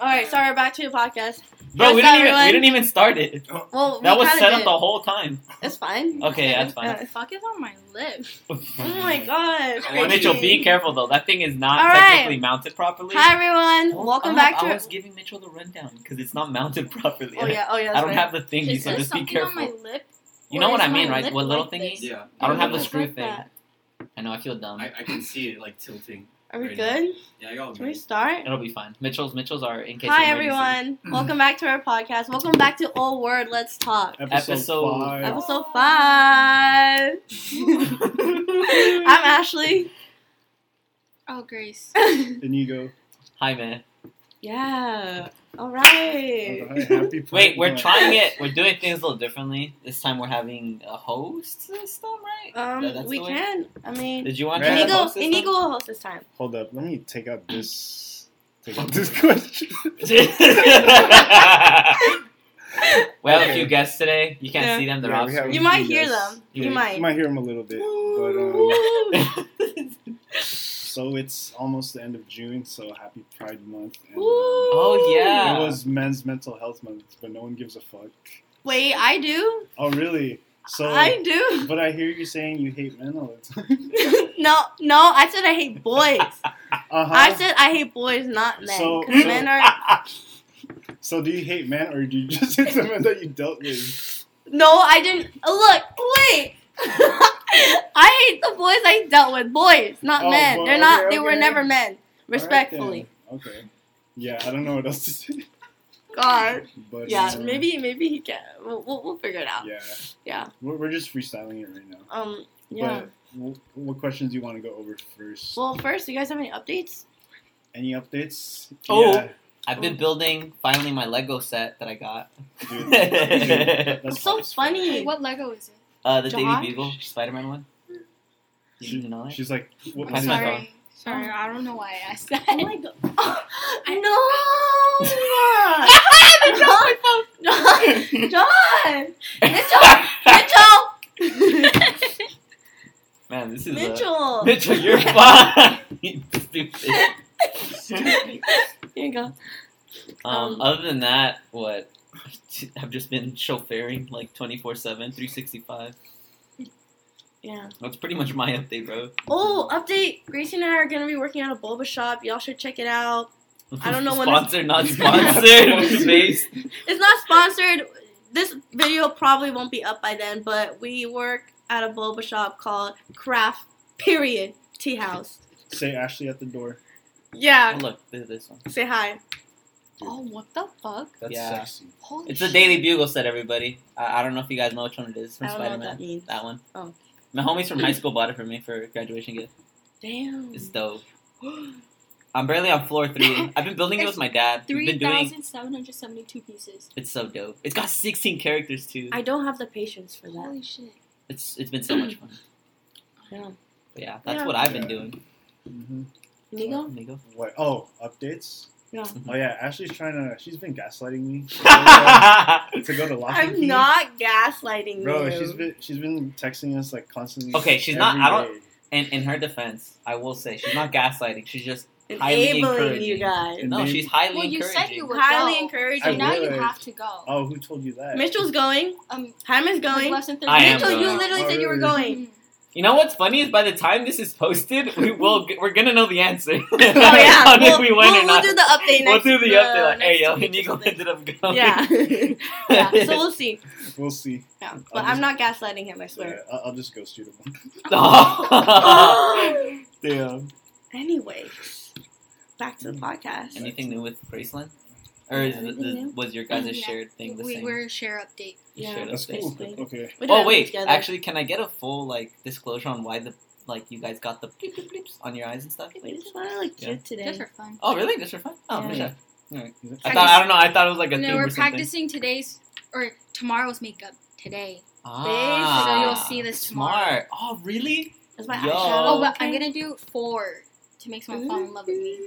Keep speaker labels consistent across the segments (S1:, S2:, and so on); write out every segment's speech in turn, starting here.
S1: right, so we're back to the podcast.
S2: Bro,
S1: Yes,
S2: we didn't even
S1: everyone.
S2: we didn't even start it.
S1: Well,
S2: That
S1: we
S2: was
S1: kinda
S2: set up
S1: did.
S2: the whole time.
S1: It's fine.
S2: Okay, that's fine.
S1: Uh,
S3: The fuck is on my lip?
S1: oh my gosh.
S4: I want
S2: Mitchell,
S4: you-
S2: be careful though. That thing is not
S1: All right.
S2: technically mounted properly.
S1: Hi everyone.
S2: Hold
S1: Welcome
S2: on,
S1: back to
S2: Oh, I was giving Mitchell the rundown because it's not mounted properly.
S1: Oh yeah, oh yeah. That's
S2: I don't
S1: right.
S2: have the thingy,
S3: Is
S2: so
S3: there
S2: just be
S3: something
S2: careful.
S3: on my lip?
S2: you know
S3: Or
S2: what
S3: is
S2: I mean,
S3: my
S2: right?
S3: lip
S2: What little
S3: like
S2: thingy?
S3: this?
S4: Yeah.
S2: I don't have the
S1: What's
S2: screw
S1: like
S2: thing.
S1: that?
S2: I know. I feel dumb.
S4: I, I can see it like tilting.
S1: Are we
S4: Right now.
S1: good?
S4: Yeah, I got
S1: Can we
S4: it.
S1: start?
S2: It'll be fine. Mitchell's Mitchell's are in case.
S1: Hi
S2: you're waiting.
S1: everyone. Welcome back to our podcast. Welcome back to Old Word Let's Talk.
S2: Episode
S5: five.
S2: five.
S1: Episode five. I'm Ashley.
S3: Oh, Grace.
S5: And you go.
S2: Hi man.
S1: yeah. All
S5: "All
S1: right.
S5: right, happy
S2: Wait,
S5: Pride
S2: we're
S5: Month."
S2: trying it. We're doing things a little differently. This time we're having a host system, right? That-
S1: Um,
S2: that's
S1: we
S2: the way-
S1: can. I mean,
S2: Did you want to try
S5: Yeah.
S2: the
S1: Inigo,
S2: host system?
S1: Inigo will host this time.
S5: Hold up. Let me take out this. Take out this question.
S2: well, if
S5: Okay.
S2: you guessed today, you can't
S1: Yeah.
S2: see them. They're
S5: Yeah,
S2: off
S5: we have-
S1: You might
S5: Yes.
S1: hear them. You
S2: Yeah.
S5: You
S1: might.
S5: might hear him a little bit, but um,
S1: Woo.
S2: screen.
S5: so it's almost the end of June, so happy Pride Month. And, um,
S2: Oh, yeah.
S5: It was Men's Mental Health Month, but no one gives a fuck.
S1: Wait, I do.
S5: Oh, really? So,
S1: I do.
S5: but I hear you saying you hate men all the time.
S1: no, no. I said I hate boys.
S5: Uh
S1: I
S5: huh.
S1: said I hate boys, not men.
S5: So-
S1: 'cause men are
S5: So, do you hate men, or do you just hate the men that you dealt with?
S1: no. I didn't. uh, Look, wait. I hate the boys I dealt with. Boys, not
S5: Oh,
S1: men.
S5: boy,
S1: They're not.
S5: okay,
S1: They were
S5: okay.
S1: never men.
S5: All right,
S1: Respectfully.
S5: then. okay. Yeah, I don't know what else to say.
S1: God.
S5: But
S1: Yeah.
S5: um,
S1: Maybe. uh, Maybe he can. We'll, we'll, we'll figure it out.
S5: Yeah.
S1: Yeah.
S5: We're, we're just freestyling it right now.
S1: Um. Yeah.
S5: But wh- what questions do you want to go over first?
S1: well, first, you guys have any updates?
S5: Any updates?
S2: Oh.
S5: Yeah,
S2: I've been building finally my Lego set that I got.
S5: dude. Dude,
S1: It's
S5: that's
S1: so
S5: hot as fuck.
S1: funny.
S3: Wait, what Lego is it?
S2: Uh, the
S1: Josh?
S2: Davy Beagle Spider Man one. You
S5: She,
S2: didn't know that?
S5: she's like, what,
S2: I'm
S5: what is
S2: sorry.
S5: that?
S3: Sorry, I don't know why I asked that.
S1: Oh my god. no! John! John! Mitchell!
S2: Man, this is
S1: Mitchell!
S2: Mitchell. A... Mitchell, you're fine. Stupid.
S1: Here you go. Um,
S2: Um, other than that, what? I've just been chauffeuring like 24 7, 365.
S1: Yeah.
S2: That's pretty much my update, bro.
S1: Oh, update. Gracie and I are gonna be working at a boba shop. Y'all should check it out. I don't know when this-
S2: Sponsor, not sponsored. Based.
S1: It's not sponsored. This video probably won't be up by then, but we work at a boba shop called Craft Period Tea House.
S5: Say Ashley at the door.
S2: Oh,
S1: Yeah.
S2: look, this, this one.
S1: Say hi.
S3: Oh, what the fuck?
S5: That's
S2: Yeah.
S5: sexy.
S3: Holy
S2: It's the
S3: shit.
S2: Daily Bugle set, everybody. I, I don't know if you guys know which one it is from
S1: I don't know
S2: Spider
S1: what that
S2: Man.
S1: means.
S2: That one.
S1: Oh.
S2: My homies from high school bought it for me for graduation gift.
S1: Damn.
S2: It's dope. I'm barely on floor three. I've been building it with my dad. We've been doing.
S3: 3,772 pieces.
S2: It's so dope. It's got 16 characters too.
S1: I don't have the patience for that.
S3: Holy shit.
S2: It's it's been so much fun.
S1: Yeah.
S2: But yeah, that's
S1: Yeah.
S2: what I've been
S5: Yeah.
S2: doing.
S5: hmm
S1: Nigo?
S2: Nigo.
S5: What? Oh, updates?
S1: Yeah.
S5: Oh, yeah. Ashley's trying to, she's been gaslighting me to go to Lock and
S1: I'm
S5: Key.
S1: not gaslighting
S5: Bro,
S1: you.
S5: she's been she's been texting us like constantly.
S2: Okay, she's not-
S5: every
S2: I don't-
S5: day.
S2: and in her defense, I will say she's not gaslighting. She's just highly
S1: enabling
S2: encouraging.
S1: you guys.
S5: And
S2: no,
S5: then-
S2: she's highly
S3: Well, you
S2: encouraging.
S3: said you would
S1: Highly
S3: go.
S5: I
S3: So
S1: encouraging.
S3: now you
S5: would.
S3: have to go.
S5: Oh, who told you that?
S1: Mitchell's going.
S3: Um,
S1: Hyman's
S3: there's
S1: going.
S3: less than 30
S2: I am
S1: Mitchell,
S2: going.
S1: you literally said you were going.
S3: Mm.
S2: You know what's funny is by the time this is posted, we will g- we're gonna know the answer. oh
S1: Oh yeah.
S2: on if
S1: we'll,
S2: we went
S1: we'll- we'll
S2: or not.
S1: do the update
S2: We'll
S1: next.
S2: do the
S1: the
S2: update. Like, hey,
S1: next
S2: yo,
S1: week or
S2: Nico
S1: something.
S2: ended up going.
S1: Yeah. yeah. So we'll see.
S5: We'll see.
S1: Yeah.
S5: I'll
S1: But I'm
S5: just-
S1: not gaslighting him. I
S5: Yeah,
S1: swear.
S5: I'll, I'll just go shoot him.
S2: Damn.
S1: Anyways, back to the
S2: Mm-hmm.
S1: podcast.
S2: Anything new with Graceland? Or is the,
S1: Anything new?
S2: the, was your guys'
S3: Mm, Yeah.
S2: shared thing the
S3: we
S2: same?
S3: were share update.
S2: You
S1: Yeah.
S2: shared
S5: That's
S2: updates.
S5: cool.
S1: Basically.
S5: Okay.
S1: We did
S2: Oh
S1: everything
S2: wait,
S1: together.
S2: actually, can I get a full like disclosure on why the like you guys got the bleep, bleep, bleeps on your eyes and stuff?
S1: we just want to look
S2: Yeah.
S1: cute today.
S3: Just for fun.
S2: Oh really? Just for fun? Oh, for
S1: Yeah.
S2: sure. I thought I don't know. I thought it was like a
S3: no,
S2: theme
S3: we're
S2: or something.
S3: practicing today's or tomorrow's makeup today.
S2: Ah,
S1: So
S3: you'll see this tomorrow.
S2: Smart. Oh really?
S1: Is my
S2: Yo.
S1: eyeshadow
S2: Oh,
S3: Oh, but
S1: okay?
S3: I'm gonna do four to make someone fall in love with me.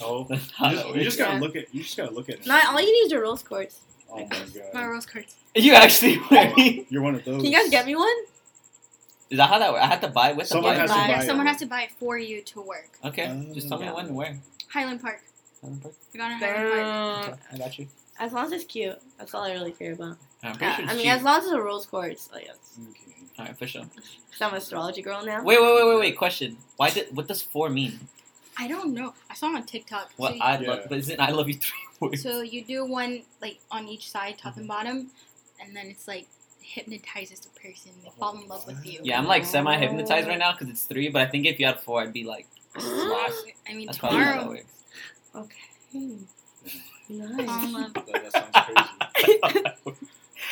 S5: Oh, you
S2: That's how
S5: just,
S2: that
S5: you just
S2: works.
S5: gotta
S1: Yeah.
S5: look at. You just gotta look at it.
S1: No, all you need is a rose quartz.
S5: Oh my
S3: My
S5: god.
S3: rose cards.
S2: You actually wearing?
S5: You're one of those.
S1: Can you guys get me one?
S2: Is that how that works? I had to buy with the
S5: Someone
S2: buy.
S5: has
S1: Buy.
S5: to buy.
S3: Someone
S5: it.
S3: has to buy it for you to work.
S2: Okay, just tell me
S5: Oh.
S2: when and where.
S3: Highland Park.
S2: Highland Park?
S3: We got in Highland Park.
S1: Damn.
S2: Okay, I got you.
S1: As long as it's cute, that's all I really care about.
S2: I'm pretty
S1: Yeah,
S2: sure
S1: I mean,
S2: she-
S1: as long as the rules course, like, it's-
S5: Okay.
S2: All right, for sure.
S1: 'cause I'm an astrology girl now.
S2: Wait, wait, wait, wait, wait. Question: Why did what does four mean?
S3: I don't know. I saw it on TikTok.
S2: What
S3: so,
S2: I
S5: Yeah.
S2: love, but isn't I love you three
S3: you,
S2: words?
S3: so you do one like on each side, top
S2: Mm-hmm.
S3: and bottom, and then it's like hypnotizes the person. They fall in love with you.
S2: Yeah, I'm like semi hypnotized right now because it's three. But I think if you had four, I'd be like lost.
S3: I mean,
S2: That's probably how that
S3: tomorrow.
S2: works.
S1: Okay.
S3: Fall
S1: Nice.
S3: in love.
S5: That, that sounds crazy.
S1: All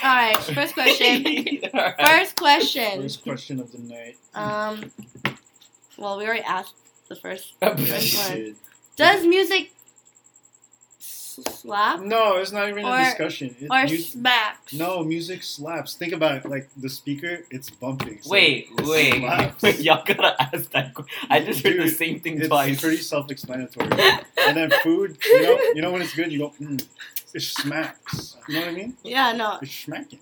S1: right. First question.
S2: All right.
S1: First question.
S5: First question of the night.
S1: Um. Well, we already asked the first.
S5: Yes,
S1: First
S5: you
S1: Does music slap
S5: did. No, it's not even
S1: Or-
S5: a discussion. It,
S1: or
S5: mu-
S1: smacks?
S5: no, music slaps. Think about it. Like the speaker, it's bumping. so
S2: Wait,
S5: it
S2: wait,
S5: slaps.
S2: wait, y'all gotta ask that. que- I just heard the
S5: Dude,
S2: same thing
S5: It's
S2: twice.
S5: pretty self-explanatory. and then food, you know, you know when it's good, you go, mm, it smacks. You know what I mean?
S1: Yeah. No.
S5: It's smacking.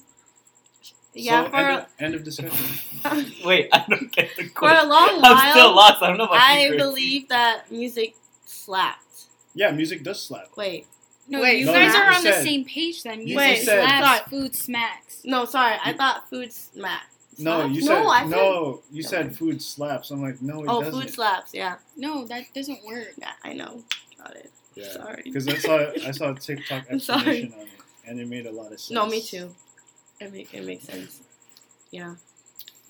S1: Yeah.
S5: So,
S1: for
S5: end, of, end of discussion.
S2: Wait, I don't get the
S1: for a
S2: question.
S1: long while,
S2: I'm still lost. I don't know about
S1: I
S2: secrets.
S1: believe that music slapped.
S5: Yeah, music does slap.
S1: Wait.
S3: No,
S1: Wait,
S3: you
S1: no,
S3: guys
S1: you
S3: are on the
S5: said-
S3: same page then. Music
S1: Wait,
S5: said-
S3: slaps, food smacks.
S1: No, sorry. I thought food smacked.
S5: No,
S1: Slaps?
S5: you said
S1: no.
S5: no.
S1: I said,
S5: you said food slaps. I'm like, no, it
S1: Oh,
S5: doesn't.
S1: food slaps. Yeah.
S3: No, that doesn't work.
S1: Yeah. I know. Got it.
S5: Yeah,
S1: Sorry.
S5: because I saw I saw a TikTok
S1: I'm sorry.
S5: explanation on it, and it made a lot of sense.
S1: No, me too. It, make, it makes sense. Yeah.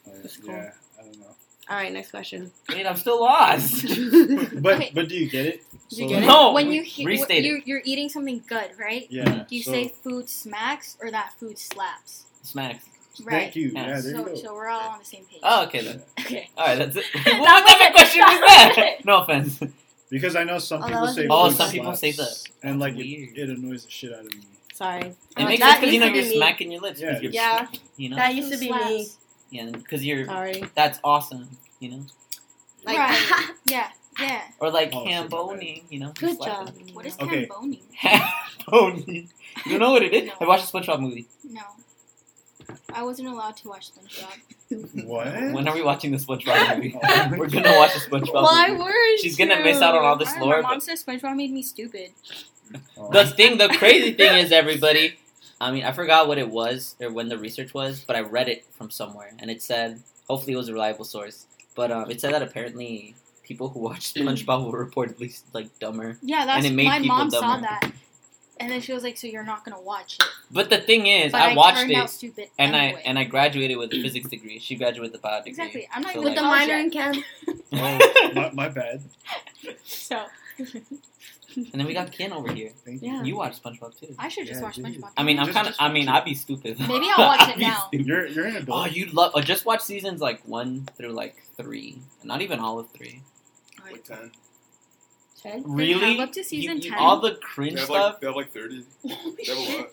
S5: Uh,
S1: That's cool.
S5: yeah, I don't know.
S1: All right, next question.
S2: Wait, I'm still lost.
S5: But
S3: Okay.
S5: but do you get it?
S1: Did you
S5: So,
S1: get it?
S2: No,
S3: when
S2: re-
S3: you hear
S2: restate it.
S3: you're, you're eating something good, right?
S5: Yeah.
S3: Do you
S5: so-
S3: say food smacks or that food slaps?
S2: Smacks.
S3: Right.
S5: Thank you.
S2: Yeah.
S5: Yeah, there you
S3: So,
S5: go.
S3: so we're all on the same page.
S2: Oh, okay then.
S3: Okay.
S2: All right, that's it. what
S3: That
S2: type of
S3: was
S2: question
S3: it.
S2: is that? No offense.
S5: Because I know some
S1: Oh, that
S5: people
S1: was
S5: say.
S1: a
S2: Oh,
S5: food
S2: some people say
S5: slaps,
S2: that.
S5: and like
S2: That's
S5: it,
S2: weird.
S5: it annoys the shit out of me.
S1: Sorry.
S2: It
S1: Oh,
S2: makes sense
S1: that
S2: because you know
S1: used to
S2: you're
S1: be me.
S2: smacking your lips. 'cause
S5: Yeah.
S2: You're,
S1: Yeah.
S2: You know.
S1: That used to be
S3: Slaps.
S1: me.
S2: yeah, because you're.
S1: Sorry.
S2: That's awesome. You know.
S1: Like,
S3: Right. Yeah. Yeah.
S2: Or like
S5: Oh, shit, my bad.
S2: hamboning. You know.
S1: good
S2: slapping.
S1: job.
S3: What
S2: Oh,
S3: is
S5: Okay.
S3: camboning?
S2: Hamboning. You know what it is? I watched a SpongeBob movie.
S3: No. I wasn't allowed to watch SpongeBob.
S5: What?
S2: When are we watching the SpongeBob movie?
S5: Oh.
S2: We're gonna watch the SpongeBob
S1: Why
S2: movie.
S1: were
S2: She's gonna miss out on all this
S3: I don't know,
S2: lore.
S3: My mom
S2: But
S3: says SpongeBob made me stupid.
S5: Oh.
S2: the thing, the crazy thing is, everybody. I mean, I forgot what it was or when the research was, but I read it from somewhere, and it said. Hopefully, it was a reliable source. But um, it said that apparently people who watched SpongeBob were reportedly like dumber
S3: Yeah, that's
S2: it made
S3: my
S2: people
S3: mom saw
S2: dumber.
S3: that. And then she was like, "So you're not gonna watch it?"
S2: But the thing is,
S3: But
S2: I,
S3: I,
S2: watched
S3: turned
S2: it,
S3: out stupid.
S2: and
S3: anyway.
S2: I and I graduated with a physics degree. She graduated with a bio degree.
S3: exactly. I'm not
S2: So,
S3: even
S1: with the
S2: like-
S3: college
S1: minor
S3: yet.
S1: in chem?
S5: Oh, my, my bad.
S3: So
S2: And then we got Ken over here.
S5: Thank
S1: Yeah.
S2: You watched SpongeBob too.
S3: I should just
S5: Yeah,
S3: watch
S5: dude.
S3: SpongeBob.
S2: I mean, I'm
S5: Just-
S2: kind of.
S5: just
S2: I mean,
S5: watch it.
S2: I'd be stupid.
S3: Maybe I'll watch it
S2: I'd be
S3: now.
S5: you.
S2: stupid.
S5: You're you're an
S2: Oh,
S5: adult.
S2: you love. Oh, just watch seasons like one through like three, not even all of three.
S4: Like 10.
S2: Really?
S3: up to
S2: You-
S3: season
S2: you-
S3: 10?
S2: all the
S4: They
S2: cringe
S4: have,
S2: stuff.
S4: like, they have like 30.
S1: Holy
S4: They have a lot.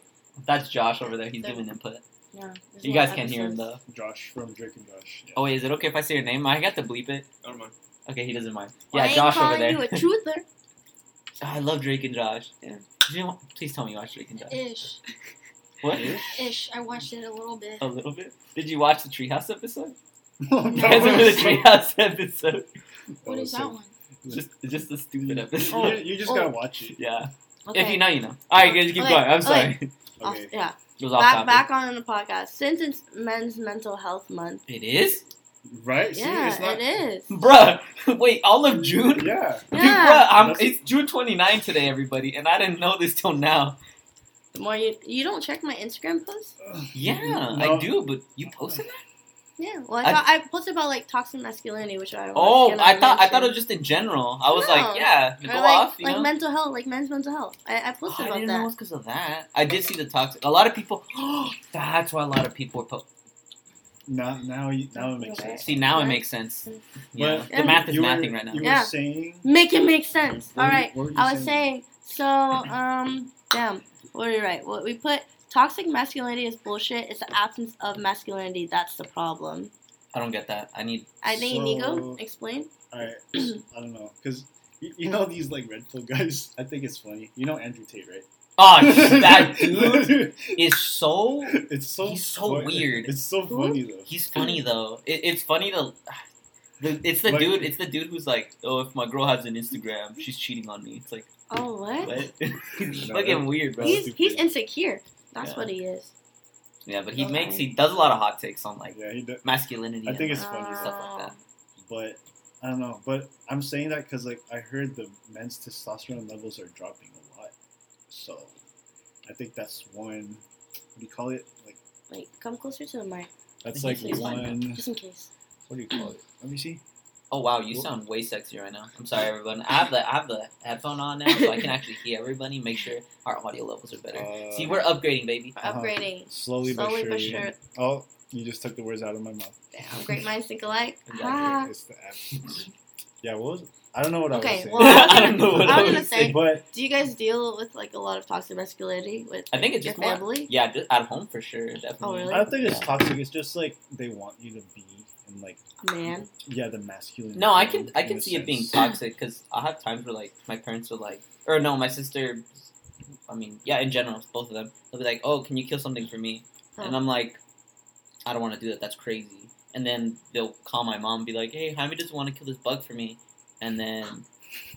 S2: That's Josh over there. He's
S1: They're-
S2: giving input.
S1: Yeah,
S2: You guys can't hear him though.
S5: Josh from Drake and Josh.
S2: Oh wait, is it okay if I say your name? I got to bleep it.
S4: I don't mind.
S2: Okay, he doesn't mind.
S1: Well, I
S2: Yeah,
S1: ain't
S2: Josh over
S1: calling
S2: there.
S1: you a truther.
S2: I love Drake and Josh.
S1: Yeah.
S2: Did you, please tell me you watched Drake and Josh.
S3: Ish,
S2: What?
S3: ish. I watched it a little bit.
S2: A little bit. Did you watch the Treehouse episode?
S5: Oh,
S2: You
S3: No.
S2: guys remember the Treehouse episode?
S3: what is that one?
S2: Just, it's just a stupid
S5: You,
S2: episode.
S5: you just
S1: Oh.
S5: gotta watch it.
S2: Yeah.
S1: Okay.
S2: If you know, you know. All right, guys, keep
S1: Okay,
S2: going. I'm sorry.
S1: okay.
S2: it
S1: Off-
S5: Okay.
S1: Oh, yeah,
S2: was off
S1: back
S2: topic.
S1: back on the podcast. Since it's Men's Mental Health Month,
S2: It is,
S5: Right? See,
S1: yeah,
S5: it's not,
S1: it is.
S2: bruh. Wait, all of June.
S5: Yeah.
S2: Dude,
S1: Yeah.
S2: bruh, I'm,
S5: That's-
S2: it's June 29 today, everybody, and I didn't know this till now. Hmm.
S1: The more you you don't check my Instagram posts.
S2: Yeah,
S5: No.
S2: I do, but you posted that?
S1: Yeah, well, I,
S2: I-
S1: thought, I posted about like toxic masculinity, which I was
S2: Oh,
S1: gonna
S2: I thought I
S1: mention.
S2: thought it was just in general. I was
S1: No.
S2: like, yeah, go
S1: Or like,
S2: off, you
S1: like
S2: know.
S1: mental health, like men's mental health. I, I
S2: Oh,
S1: posted
S2: I
S1: about
S2: didn't know it
S1: that.
S2: was because of that. I did see the toxic. A lot of people. that's why a lot of people are posting.
S5: Now, now, you, now it makes
S1: Okay.
S5: sense.
S2: See, now it
S1: Right.
S2: makes sense.
S1: Mm.
S2: Yeah,
S5: But
S2: the math is
S5: you were,
S2: mathing right now.
S5: You
S1: Yeah.
S5: were saying.
S1: Make it make sense.
S5: what
S1: All
S5: were you-
S1: right,
S5: what were you
S1: I was saying. So, um, damn, what are you right? What we put toxic masculinity is bullshit. It's the absence of masculinity that's the problem.
S2: I don't get that. I need.
S1: I think Nico
S5: So-
S1: explain.
S5: Alright, I don't know, cause you, you know these like red pill guys. I think it's funny. You know Andrew Tate, right?
S2: Oh, that dude is so.
S5: it's so
S2: He's so
S5: fun-
S2: weird.
S5: It's so
S1: Who?
S5: funny though.
S2: He's funny though. It, it's funny to. The, it's the
S5: Like-
S2: dude. It's the dude who's like, oh, if my girl has an Instagram, she's cheating on me. It's like,
S1: Oh, what?
S2: What? he's
S5: No,
S2: fucking
S5: that-
S2: weird, bro.
S1: He's
S5: Stupid.
S1: he's insecure. That's
S2: Yeah.
S1: what he is.
S2: Yeah, but he
S3: Okay.
S2: makes he does a lot of hot takes on like
S5: Yeah, he did.
S2: masculinity.
S5: I think
S2: and,
S5: it's funny.
S2: like, stuff like that.
S1: Uh,
S5: but I don't know. But I'm saying that because like I heard the men's testosterone levels are dropping a lot, so I think that's one. What do you call it? Like
S1: Wait, come closer to the mic,
S5: that's
S2: I
S5: like
S2: think
S1: it's fine.
S5: one.
S1: just in case.
S5: What do you call it? Let me see.
S2: Oh wow, you sound way sexier right now. I'm sorry, everyone. I have the I have the headphone on now, so I can actually hear everybody. Make sure our audio levels are better.
S5: Uh,
S2: See, we're upguring, baby.
S1: We're
S5: Uh-huh.
S1: upgrading.
S5: slowly,
S1: slowly
S5: but
S1: but
S5: surely.
S1: sure.
S5: Oh, you just took the words out of my mouth.
S1: Damn, great minds think alike. Ah.
S5: It's the app. yeah. What was? It? I don't know what I
S1: Okay,
S5: was saying.
S1: well,
S2: I don't know what
S1: I
S2: I
S1: was
S2: was
S1: gonna say,
S5: But
S1: do you guys deal with like a lot of toxic masculinity with
S2: I think it's
S1: your
S2: just more.
S1: family?
S2: Yeah, just at home for sure, definitely.
S1: Oh, really?
S5: I don't think it's toxic. It's just like they want you to be in like
S1: Man,
S5: yeah the masculine.
S2: No, I
S5: form,
S2: can I
S5: in
S2: can
S5: a
S2: see it being
S5: sense.
S2: toxic because I have times where like my parents will like or no my sister, I mean yeah in general both of them they'll be like oh can you kill something for me and
S1: Oh.
S2: I'm like I don't want to do that that's crazy and then they'll call my mom and be like hey Jaime doesn't want to kill this bug for me and then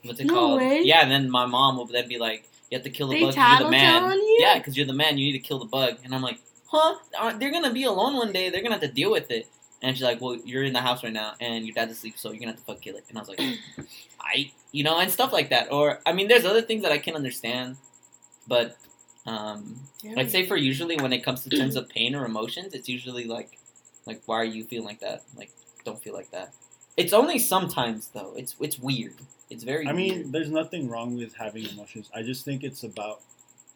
S2: what's it
S1: No
S2: called
S1: way.
S2: yeah and then my mom will then be like you have to kill the
S1: they
S2: bug 'cause you're
S1: tattle
S2: the
S1: tale
S2: man
S1: on you.
S2: yeah because you're the man you need to kill the bug and I'm like huh Uh, they're gonna be alone one day they're gonna have to deal with it. And she's like, "Well, you're in the house right now, and your dad's asleep, so you're gonna have to fuck kill it." And I was like, "I, you know, and stuff like that." Or I mean, there's other things that I can understand, but um,
S1: Damn.
S2: I'd say for usually when it comes to terms of pain or emotions, it's usually like, like, why are you feeling like that? Like, don't feel like that. It's only sometimes though. It's it's weird. It's very.
S5: I
S2: weird.
S5: mean, there's nothing wrong with having emotions. I just think it's about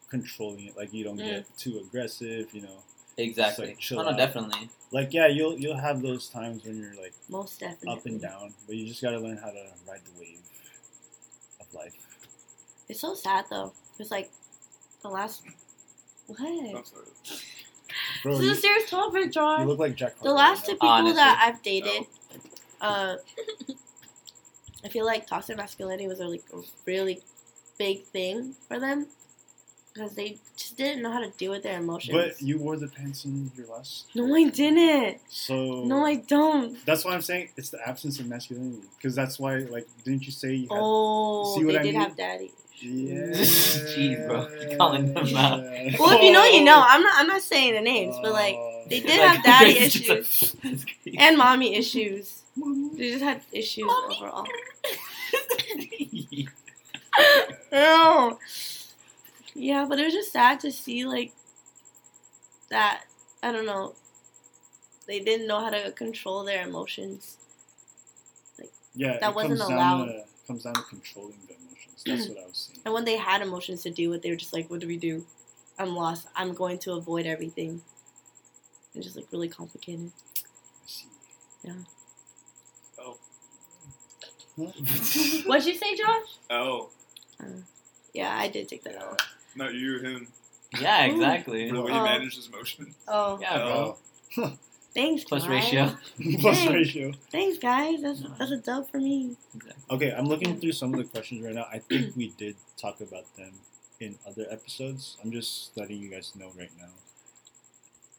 S5: controlling it. Like you don't
S1: Mm.
S5: get too aggressive. You know,
S2: exactly.
S5: like, chill
S2: oh, no,
S5: out.
S2: definitely.
S5: like yeah, you'll you'll have those times when you're like
S1: most definitely.
S5: up and down, but you just got to learn how to ride the wave of life.
S1: It's so sad though. It's like the last.
S4: I'm
S1: What?
S4: sorry.
S5: Bro,
S1: this
S5: you,
S1: is a serious topic,
S5: you
S1: John.
S5: look like Jack.
S1: the
S5: Harlow
S1: last two
S5: right
S1: people that I've dated,
S4: No.
S1: uh, I feel like toxic masculinity was a, like a really big thing for them because they just didn't know how to deal with their
S5: now.
S1: emotions.
S5: But you wore the pants in your last,
S1: no, I didn't.
S5: so
S1: No, I don't.
S5: that's why I'm saying it's the absence of masculinity. Because that's why, like, didn't you say you had?
S1: Oh,
S5: See what
S1: they
S5: I
S1: did
S5: mean?
S1: have daddy.
S5: Yeah.
S2: Jeez, bro, you're calling them out.
S1: Well, if you know, you know.
S5: Oh.
S1: I'm not. I'm not saying the names, but like they did have daddy
S2: it's just
S1: issues.
S2: like- that's crazy.
S1: and mommy issues.
S5: Mommy.
S1: They just had issues overall.
S2: yeah,
S1: Ew. Yeah, but it was just sad to see like that. I don't know. They didn't know how to control their emotions.
S5: Yeah,
S1: That
S5: it
S1: wasn't
S5: comes
S1: allowed.
S5: Down to, comes down to controlling the emotions. That's what I was saying.
S1: And when they had emotions to deal with, they were just like, "What do we do? I'm lost. I'm going to avoid everything." It's just like really complicated.
S5: I see.
S4: Oh.
S5: Huh?
S1: What'd you say, Josh?
S4: Oh.
S1: Uh, Yeah, I did take that.
S5: Yeah.
S1: out.
S4: Not you, him.
S2: exactly.
S4: For the way he
S1: Oh.
S4: managed his motion.
S1: Oh,
S2: Yeah, bro.
S1: thanks.
S2: Plus
S1: guys.
S2: ratio.
S5: Plus
S1: Dang.
S5: ratio.
S1: Thanks, guys. That's that's a dub for me.
S5: Okay, I'm looking through some of the questions right now. I think we did talk about them in other episodes. I'm just letting you guys know right now.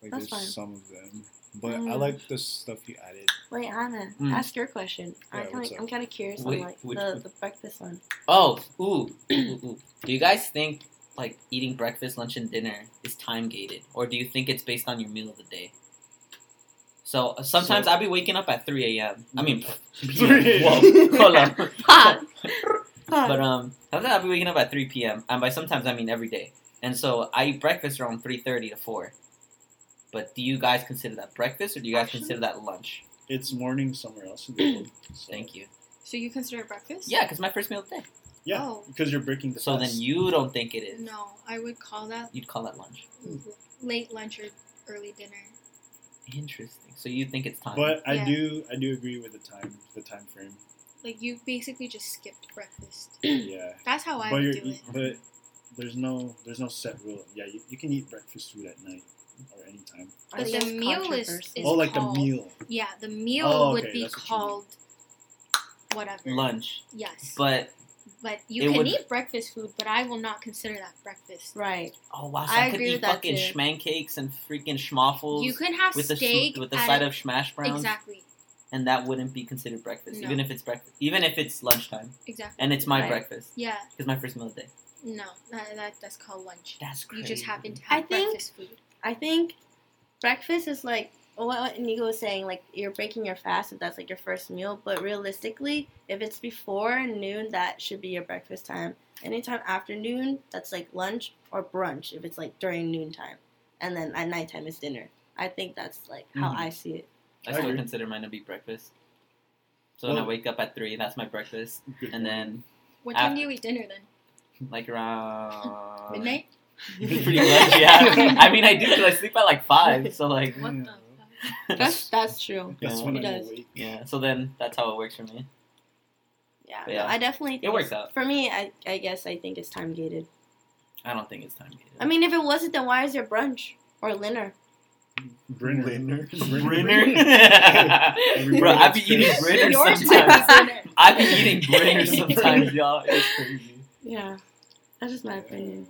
S5: Like
S1: That's
S5: there's
S1: fine.
S5: some of them, but I
S1: Mm.
S5: like the stuff you added.
S1: Wait, Anna,
S2: Mm.
S1: ask your question. I
S5: Yeah, what's
S1: kinda,
S5: up?
S1: I'm kind of curious
S2: Wait,
S1: on like
S2: which-
S1: the, the breakfast one.
S2: Oh, ooh, ooh, ooh. Do you guys think like eating breakfast, lunch, and dinner is time gated, or do you think it's based on your meal of the day? So uh, sometimes
S5: So-
S2: I'll be waking up at three a.m. I mean,
S5: Three.
S2: whoa, hold on.
S1: Pop.
S2: But um, sometimes I'll be waking up at three p.m. and by sometimes I mean every day. And so I eat breakfast around three thirty to four. But do you guys consider that breakfast, or do you guys
S1: Actually-
S2: consider that lunch?
S5: It's morning somewhere else in the world. So,
S2: Thank you.
S3: So you consider it breakfast?
S2: Yeah, because my first meal of the day.
S5: Yeah,
S3: Oh.
S5: because you're breaking the.
S2: So then
S5: fast.
S2: you don't think it is.
S3: No, I would call that
S2: You'd call that lunch.
S3: late lunch or early dinner.
S2: Interesting. So you think it's time?
S5: But I
S3: Yeah.
S5: do, I do agree with the time, the time frame.
S3: Like you basically just skipped breakfast.
S5: yeah,
S3: That's how Oh, I
S5: but
S3: would
S5: you're,
S3: do it.
S5: but there's no, there's no set rule. Yeah, you, you can eat breakfast food at night or anytime.
S3: But the meal is- is-
S5: Oh, like
S3: called-
S5: the meal.
S3: Yeah, the meal
S5: Oh,
S3: would
S5: okay,
S3: be
S5: that's what you mean.
S3: called whatever.
S2: lunch.
S3: Yes. But,
S2: But it
S3: you can
S2: would-
S3: eat breakfast food, but I will not consider that breakfast.
S1: right.
S2: oh wow, so
S1: I
S2: I, could
S1: agree
S2: eat
S1: with that
S2: fucking
S1: too.
S2: schman cakes and freaking schmoffles
S3: You can have
S2: with a sm-
S3: steak
S2: with a
S3: at
S2: side
S3: a-
S2: of smash browns
S3: Exactly.
S2: and that wouldn't be considered breakfast,
S3: No.
S2: even if it's breakfast, even if it's lunchtime,
S3: Exactly.
S2: and it's my
S1: Right.
S2: breakfast.
S3: Yeah.
S2: It's my first meal of the day.
S3: No. That, that that's called lunch.
S2: That's
S3: You
S2: crazy.
S3: just happen to
S1: I
S3: have
S1: think-
S3: breakfast food.
S1: I think breakfast is like what what Nico was saying, like you're breaking your fast if that's like your first meal. But realistically, if it's before noon, that should be your breakfast time. Anytime after noon, that's like lunch or brunch if it's like during noontime. And then at nighttime is dinner. I think that's like how
S2: Mhm.
S1: I see it.
S2: I
S5: I
S2: still
S5: agree.
S2: consider mine to be breakfast. So when I
S5: Well-
S2: wake up at three, that's my breakfast,
S5: Good
S2: and
S5: point.
S2: then
S3: What
S2: Af-
S3: time do you eat dinner then?
S2: like around
S3: Midnight.
S2: Pretty much, yeah. I mean, I do because I sleep at like five, so like,
S3: What the?
S5: Yeah.
S3: Fuck?
S1: That's that's true.
S5: that's
S2: Yeah.
S5: when
S1: It
S5: I'm
S1: does.
S5: awake.
S2: yeah. So then that's how it works for me.
S1: Yeah.
S2: Yeah.
S1: No, I definitely think
S2: It works
S1: it's-
S2: out.
S1: For me, I, I guess I think it's time gated.
S2: I don't think it's time. to get
S1: I mean if it wasn't then why is there brunch or dinner?
S5: Brinner.
S4: Brinner.
S2: Brinner, bro. I be eating
S5: Everybody
S2: Brinner
S3: Your time is
S2: sometimes.
S3: dinner.
S2: I be eating Brinner sometimes, y'all. It's crazy.
S1: Yeah. That's just my
S5: Yeah.
S1: opinion.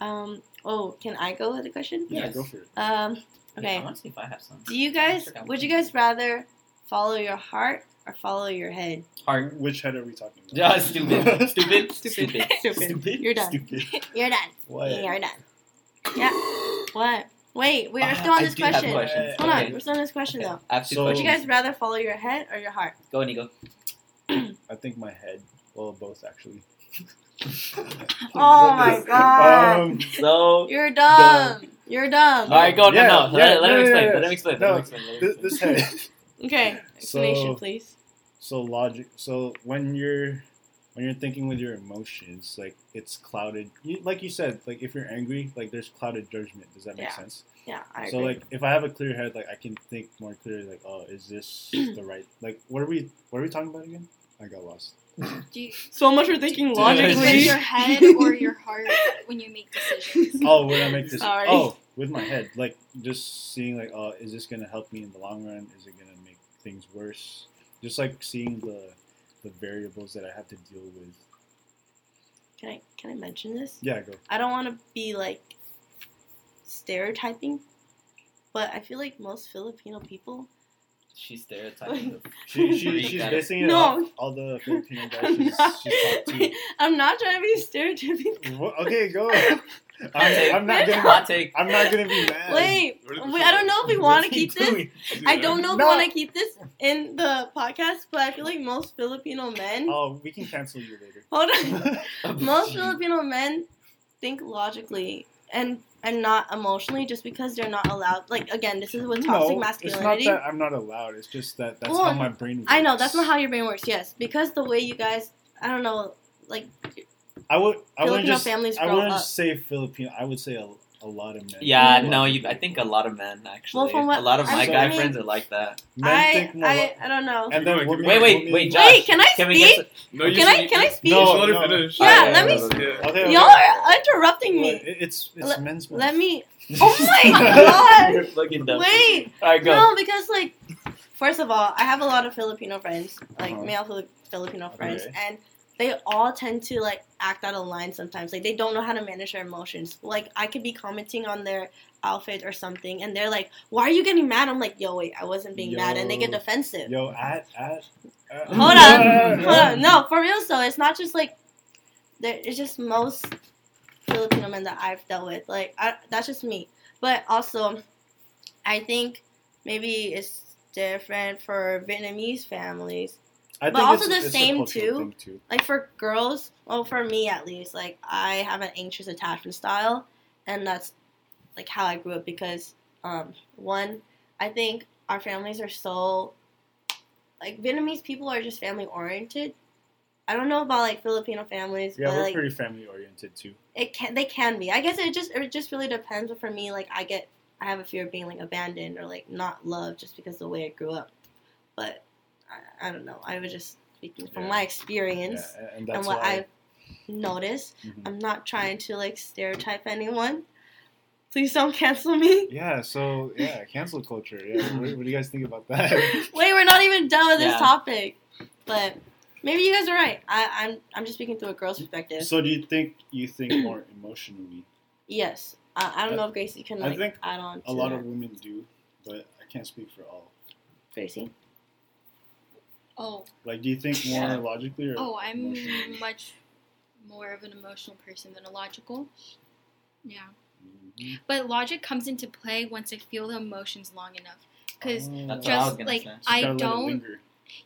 S1: Um. Oh, can I go with the question?
S5: Yeah,
S2: Yes.
S5: go for it.
S1: Um.
S2: I
S1: Okay.
S2: want to see if I have some.
S1: Do you
S2: I
S1: guys? Would
S2: forgot what
S1: you
S2: it
S1: guys
S2: is.
S1: rather follow your heart or follow your head?
S2: Heart.
S5: Which head are we talking about?
S2: Yeah, stupid. Stupid. Stupid.
S1: Stupid. You're done.
S5: Stupid.
S1: You're done.
S5: What?
S1: You're done. Yeah. What? Wait. We are
S2: Ah,
S1: still on
S2: I
S1: this
S2: do have
S1: question. Hold
S2: questions.
S5: Hold
S1: on.
S2: Okay.
S1: We're still on this question though.
S2: I have two
S5: So-
S1: Would you
S2: questions.
S1: guys rather follow your head or your heart?
S2: Go, Nico.
S5: I think my head. Well, both actually.
S1: Oh my god.
S5: Um,
S2: So.
S1: You're dumb. You're dumb.
S2: All right, go.
S5: Yeah,
S2: no, no.
S5: yeah,
S2: let, let
S5: yeah,
S2: him explain.
S5: yeah,
S2: Let
S5: yeah.
S2: him explain. Let
S5: No,
S2: him explain. Let him
S5: this,
S2: explain.
S5: this head.
S1: Okay. Explanation,
S5: So-
S1: please.
S5: so logic so when you're when you're thinking with your emotions like it's clouded you, like you said like if you're angry like there's clouded judgment does that make
S1: Yeah,
S5: sense
S1: Yeah. I
S5: so
S1: agree.
S5: like if i have a clear head like i can think more clearly like oh is this the right like what are we what are we talking about again i got lost
S3: Do you
S1: so much for thinking
S2: Dude, it's
S3: do you use
S1: logically.
S3: your head or your heart when you make decisions?
S5: oh when i make this
S1: Sorry.
S5: oh with my head like just seeing like oh is this gonna help me in the long run is it gonna make things worse just like seeing the the variables that i have to deal with
S1: Can I can I mention this?
S5: yeah go
S1: I don't want to be like stereotyping, but I feel like most Filipino people.
S2: She's stereotyping. the-
S5: She, she,
S2: Freak
S5: she's
S2: out.
S5: basing it
S1: No.
S5: off all the Filipino guys
S1: I'm
S5: she's,
S1: not.
S5: she's talked to.
S1: I'm not trying to be stereotyping.
S5: What- Okay, go.
S2: Hot
S5: I'm,
S2: take.
S5: I'm not gonna.
S2: Hot take.
S5: I'm not gonna be mad.
S1: Wait,
S4: What
S1: wait,
S4: are the
S1: I don't know if we want to keep this. I don't know if
S5: No.
S1: we want to keep this in the podcast, but I feel like most Filipino men.
S5: Oh, we can cancel you later.
S1: Hold on. Most Filipino men think logically and and not emotionally just because they're not allowed. Like again, this is with toxic
S5: no, it's not
S1: masculinity.
S5: that I'm not allowed. It's just that that's how
S1: Well,
S5: my brain. Works.
S1: I know that's not how your brain works. Yes, because the way you guys, I don't know, like
S5: I would. I
S1: Filipino
S5: wouldn't just.
S1: families
S5: I
S1: grow up.
S5: wouldn't say Filipino. I would say a, a lot of men.
S2: Yeah,
S1: Mm.
S2: no, you. I think a lot of men actually.
S1: Well, from what
S2: a lot of my
S5: I mean-
S2: guy friends are like that.
S5: Men
S1: I,
S5: think more.
S1: I, I don't know.
S4: Wait,
S5: and then women,
S2: Wait, wait,
S5: women-
S2: wait, Josh.
S1: Wait, can I
S2: Can we
S1: speak?
S2: get?
S4: No, you
S1: Can
S4: should-
S1: I can I speak?
S4: you should
S5: No,
S4: let her
S5: no.
S4: finish.
S1: Yeah,
S2: Alright,
S1: let me-
S2: alright, alright.
S5: Okay, okay.
S1: Y'all are interrupting
S5: Well,
S1: me.
S5: it- It's it's
S1: Let-
S5: men's.
S1: Let me.
S2: alright.
S1: Oh my
S2: Fucking
S1: god!
S2: dumb.
S1: Wait,
S2: All right, go.
S1: no, because like, first of all, I have a lot of Filipino friends, like
S5: Uh-huh.
S1: male Fili- Filipino friends,
S5: Okay.
S1: and they all tend to like act out of line sometimes. Like they don't know how to manage their emotions. Like I could be commenting on their outfit or something, and they're like, "Why are you getting mad?" I'm like, "Yo, wait, I wasn't being mad," and they get
S5: Yo.
S1: defensive.
S5: Yo, at at. at-
S1: Hold on, hold on. No, for real. So it's not just like there. It's just most Filipino men that I've dealt with. Like I, that's just me. But also, I think maybe it's different for Vietnamese families.
S5: I
S1: But
S5: think
S1: also
S5: it's-
S1: the
S5: it's a
S1: same
S5: cultural
S1: too.
S5: thing, too.
S1: Like for girls, well, for me at least, like I have an anxious attachment style, and that's like how I grew up because um, one, I think our families are so like Vietnamese people are just family oriented. I don't know about like Filipino families,
S5: Yeah,
S1: but
S5: we're
S1: like
S5: pretty family oriented too.
S1: it can they can be. I guess it just it just really depends. But for me, like I get I have a fear of being like abandoned or like not loved just because of the way I grew up. But I, I don't know. I was just speaking from
S5: Yeah.
S1: my
S5: Yeah,
S1: experience
S5: and- and that's
S1: and what
S5: why.
S1: I've noticed.
S5: Mhm.
S1: I'm not trying to like stereotype anyone. Please don't cancel me.
S5: Yeah, so yeah, cancel culture. Yeah, what, what do you guys think about that?
S1: Wait, we're not even done with
S2: Yeah.
S1: this topic. But maybe you guys are right. I, I'm I'm just speaking through a girl's perspective.
S5: so do you think you think more emotionally?
S1: yes. I, I don't know if Gracie can
S5: I
S1: like
S5: think
S1: add on to
S5: A lot
S1: that.
S5: of women do, but I can't speak for all.
S1: Gracie.
S3: Oh,
S5: Like, do you think more
S2: Yeah.
S5: logically or?
S3: oh, I'm
S5: emotionally?
S3: much more of an emotional person than a logical. Yeah,
S5: Mhm.
S3: but logic comes into play once I feel the emotions long enough. Because
S5: Oh.
S2: That's what I was
S3: just
S2: gonna
S3: like
S2: say.
S5: Just gotta
S3: I
S5: let it
S3: don't
S5: linger.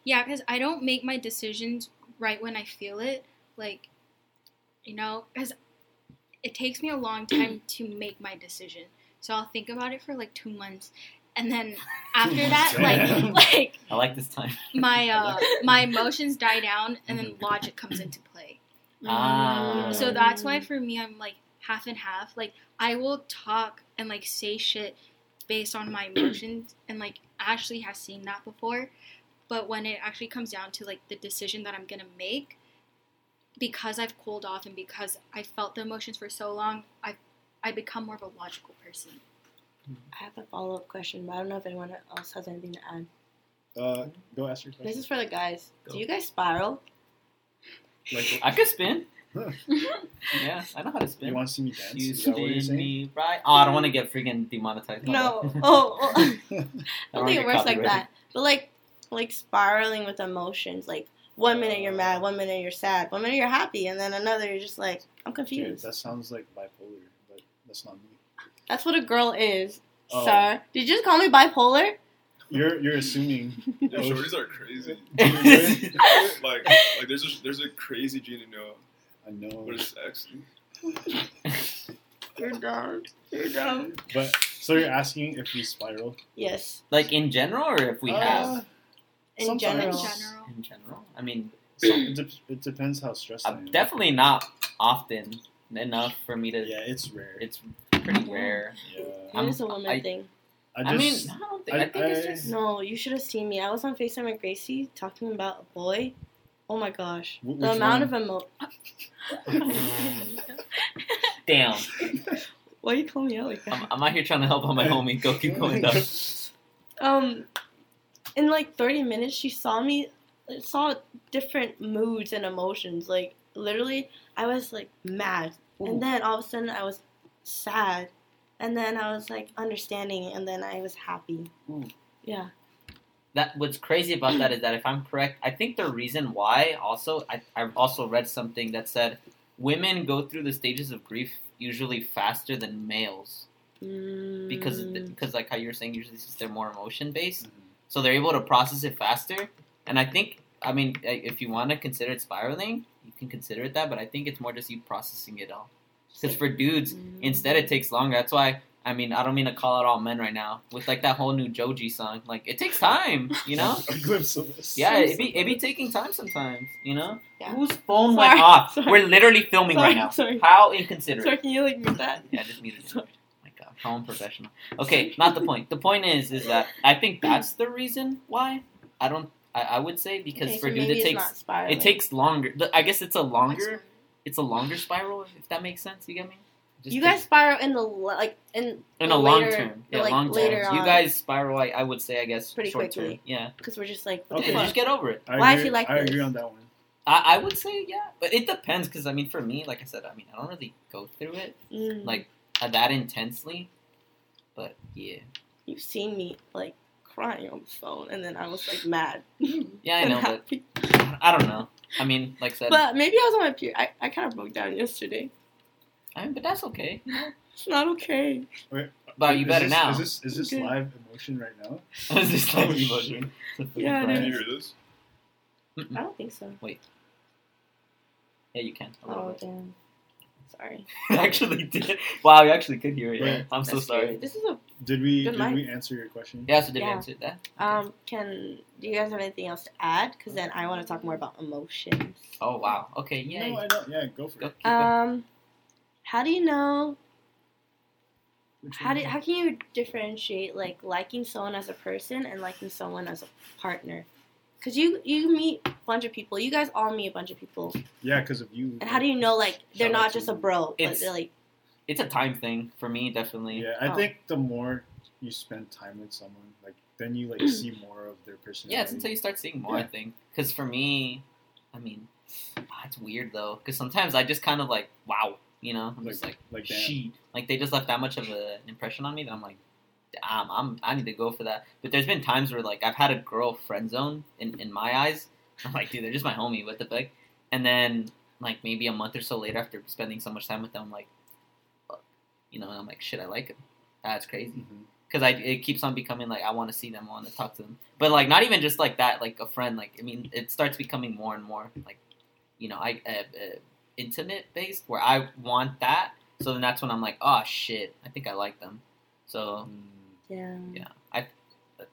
S3: Yeah, because I don't make my decisions right when I feel it. Like, you know, because it takes me a long time to make my decision. So I'll think about it for like two months, and then after that,
S5: Damn.
S3: like, like
S2: I like this time.
S3: my uh, my emotions die down, and then logic comes into play.
S1: Mm.
S2: Ah.
S3: Um, So that's why for me, I'm like half and half. Like I will talk and like say shit based on my emotions, and like Ashley has seen that before. But when it actually comes down to like the decision that I'm gonna make, because I've cooled off and because I felt the emotions for so long, I I become more of a logical person.
S1: I have a follow up question, but I don't know if anyone else has anything to add.
S5: Uh, go ask your
S1: This
S5: question.
S1: is for the guys.
S2: Go.
S1: Do you guys spiral?
S5: Like,
S2: I could spin. yeah, I know how to spin.
S5: you want to see me dance?
S2: You
S5: Is that what you're
S2: spin
S5: saying?
S2: me right. Oh, I don't want to get freaking demonetized.
S1: No. Oh, oh, I don't
S2: wanna
S1: think
S2: get
S1: it works like
S2: copyrighted.
S1: that. But like, like spiraling with emotions. Like one minute you're mad, one minute you're sad, one minute you're happy, and then another you're just like, I'm
S5: Dude,
S1: confused.
S5: that sounds like bipolar, but that's not me.
S1: That's what a girl is,
S5: Oh.
S1: sir. Did you just call me bipolar?
S5: You're you're assuming.
S4: Dude, shorties are crazy.
S2: This-
S4: like, like there's a there's a crazy gene in Noah.
S5: I know.
S4: What is sex?
S1: You're dumb. You're dumb.
S5: But so you're asking if we spiral?
S1: Yes.
S2: Like in general, or if we
S5: Uh,
S2: have
S1: In
S5: Sometimes.
S3: In
S1: general.
S3: general,
S2: in general. I mean,
S5: so it, dep it depends how stressed I
S2: uh,
S5: am.
S2: definitely not often enough for me to.
S5: Yeah, it's rare.
S2: It's pretty rare.
S5: yeah.
S1: It
S2: I'm-
S1: is a woman
S2: I-
S1: thing.
S5: I
S2: I, mean,
S5: just
S2: I don't think. I,
S5: I-
S2: think it's
S5: I-
S2: just.
S1: No, you should have seen me. I was on FaceTime with Gracie talking about a boy. Oh my gosh.
S5: Wh-
S1: the
S5: which
S1: amount of emo.
S2: Damn,
S1: Why you call me out like
S2: I'm,
S1: that?
S2: I'm out here trying to help out my homie. Go keep going though.
S1: Um, in like 30 minutes, she saw me, saw different moods and emotions. Like, literally, I was like mad. And then all of a sudden, I was sad. And then I was like understanding. And then I was happy.
S2: Ooh.
S1: Yeah.
S2: that what's crazy about that is that if I'm correct, I think the reason why also I, I've also read something that said women go through the stages of grief usually faster than males because of the-
S1: Mm.
S2: because like how you were saying usually since they're more emotion based,
S5: Mhm.
S2: so they're able to process it faster. And I think I mean i- if you want to consider it spiraling, you can consider it that, but I think it's more just you processing it all. Because for dudes,
S1: Mm.
S2: Instead, it takes longer. That's why. I mean, I don't mean to call out all men right now with like that whole new Joji song. Like, it takes time, you know.
S5: a glimpse of us.
S2: Yeah, it be it be taking time sometimes, you know.
S1: Yeah.
S2: Whose phone
S1: Sorry.
S2: went off?
S1: Sorry.
S2: We're literally filming
S1: sorry,
S2: right now.
S1: Sorry.
S2: How inconsiderate!
S1: Sorry, can you like mute that?
S2: Yeah, I just muted. it. Oh my God, how unprofessional. Okay, not the point. The point is, is that I think that's the reason why. I don't. I, I would say because
S1: Okay,
S2: for
S1: so
S2: dude,
S1: maybe
S2: it
S1: it's
S2: takes
S1: not spiraling.
S2: it takes longer. Th- I guess it's a longer.
S3: That's-
S2: It's a longer spiral. If that makes sense, you get me? Just
S1: you
S2: takes-
S1: guys spiral in the le- like in
S2: in
S1: the
S2: a long
S1: later-
S2: term.
S1: the,
S2: Yeah,
S1: like,
S2: long
S1: later
S2: term. You
S1: on.
S2: guys spiral. I, I would say, I guess,
S1: Pretty
S2: short
S1: quickly.
S2: term. Yeah,
S1: because we're just like
S5: Okay,
S1: okay,
S2: Yeah, just get over it.
S5: I
S1: Why is
S5: agree,
S1: he like
S5: I
S1: this?
S5: agree on that one.
S2: I, I would say, yeah, but it depends because I mean, for me, like I said, I mean, I don't really go through it
S1: mm,
S2: like uh, that intensely. But yeah,
S1: you've seen me like crying on the phone and then I was like mad. I
S2: yeah, I know, but I don't know. I mean, like I said,
S1: But maybe I was on my period. I, I kind of broke down yesterday.
S2: I mean, but that's okay.
S1: It's not okay.
S2: But you
S5: Is
S2: better
S5: this-
S2: now.
S5: Is this is this
S1: Okay.
S5: live emotion right now?
S2: It's just like
S5: Oh,
S2: emotion.
S1: Yeah,
S4: Can
S1: it
S4: you
S1: is.
S4: hear this?
S1: I don't think so.
S2: Yeah, you can. A little
S1: Oh
S2: bit.
S1: damn. Sorry.
S2: You actually did. Wow, you actually could hear it. Yeah.
S5: Right.
S2: I'm so
S1: That's
S2: sorry.
S1: scary. This is a
S5: Did we
S1: Good
S5: did
S1: night.
S5: we answer your question?
S2: Yeah, so did we
S1: Yeah.
S2: answer that?
S1: um. Can do you guys have anything else to add? Because then I want to talk more about emotions.
S2: Oh wow. Okay. Yeah.
S5: No, I don't. Yeah, go for
S2: Go,
S5: it.
S2: keep going.
S1: Um. How do you know
S5: Which
S1: How
S5: one?
S1: do, how can you differentiate like liking someone as a person and liking someone as a partner? Cause you you meet a bunch of people. You guys all meet a bunch of people.
S5: Yeah, because of you.
S1: And how do you know like they're
S5: Shout out
S1: not
S5: to
S1: just a
S5: you.
S1: bro, but
S2: It's-
S1: they're like
S2: it's a time thing for me, definitely.
S5: Yeah, I
S1: Oh.
S5: think the more you spend time with someone, like then you like see more of their personality.
S2: Yeah, it's until you start seeing more, I
S5: Yeah.
S2: think. Because for me, I mean, ah, it's weird though. Because sometimes I just kind of like, wow, you know, I'm just like,
S5: like damn.
S2: she, like they just left that much of a, an impression on me that I'm like, damn, I'm I need to go for that. But there's been times where like I've had a girl friend zone in in my eyes. I'm like, dude, they're just my homie. What the fuck? And then like maybe a month or so later, after spending so much time with them, I'm like, fuck. you know, and I'm like, shit, I like them. That's crazy
S5: Mhm.
S2: because I it keeps on becoming like I want to see them, I want to talk to them. But like not even just like that, like a friend. Like I mean, it starts becoming more and more like you know I uh, uh, intimate based where I want that. So then that's when I'm like, oh shit, I think I like them. So
S5: Mm-hmm.
S1: Yeah.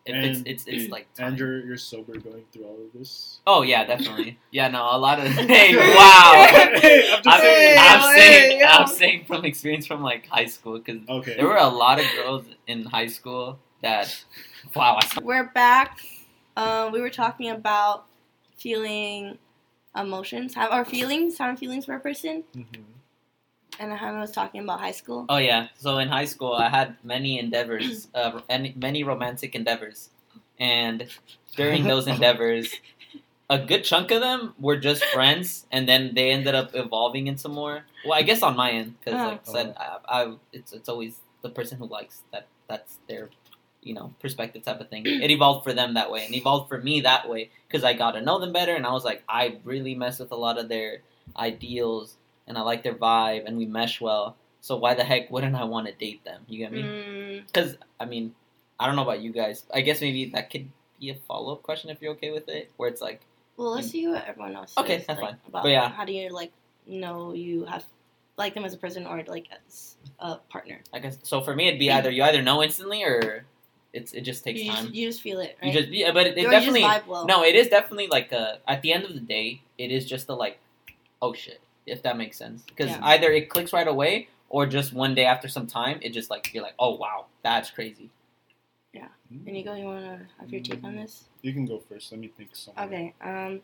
S2: if it's
S5: And-
S2: it's it's like time.
S5: And you're you're sober going through all of this.
S2: Oh yeah, definitely. Yeah, no, a lot of hey, wow.
S5: Hey, I'm just
S2: I'm,
S5: saying.
S2: I'm
S1: Hey,
S2: saying
S1: yeah.
S2: I'm saying from experience from like high school because
S5: okay.
S2: there were a lot of girls in high school that wow. I,
S1: We're back. Um, we were talking about feeling emotions, how, or feelings, how feelings for a person,
S5: Mhm.
S1: and Hannah was talking about high school.
S2: Oh yeah. So in high school, I had many endeavors, uh, and many romantic endeavors, and during those endeavors, a good chunk of them were just friends, and then they ended up evolving into more. Well, I guess on my end, because like I said, I, I it's it's always the person who likes that that's their you know perspective type of thing. It evolved for them that way, and evolved for me that way because I got to know them better, and I was like, I really mess with a lot of their ideals, and I like their vibe, and we mesh well. So why the heck wouldn't I want to date them? You get me?
S1: Mm,
S2: Because I mean, I don't know about you guys. I guess maybe that could be a follow up question if you're okay with it, where it's like,
S1: well, let's see what everyone else.
S2: Okay,
S1: says,
S2: that's
S1: like,
S2: fine.
S1: About
S2: But yeah.
S1: how do you like know you have like them as a person or like as a partner?
S2: I guess so. For me, it'd be either you either know instantly or it's it just takes
S1: you,
S2: time.
S1: Just, you just feel it,
S2: You
S1: right?
S2: just yeah, but it, it
S1: Or you just
S2: definitely
S1: vibe well.
S2: no, it is definitely like a, at the end of the day, it is just the like, oh shit, if that makes sense. Because
S1: Yeah.
S2: either it clicks right away or just one day after some time, it just like you're like, oh wow, that's crazy.
S1: And you go, you want to have your take on this?
S5: You can go first. Let me think. Somewhere.
S1: Okay. Um,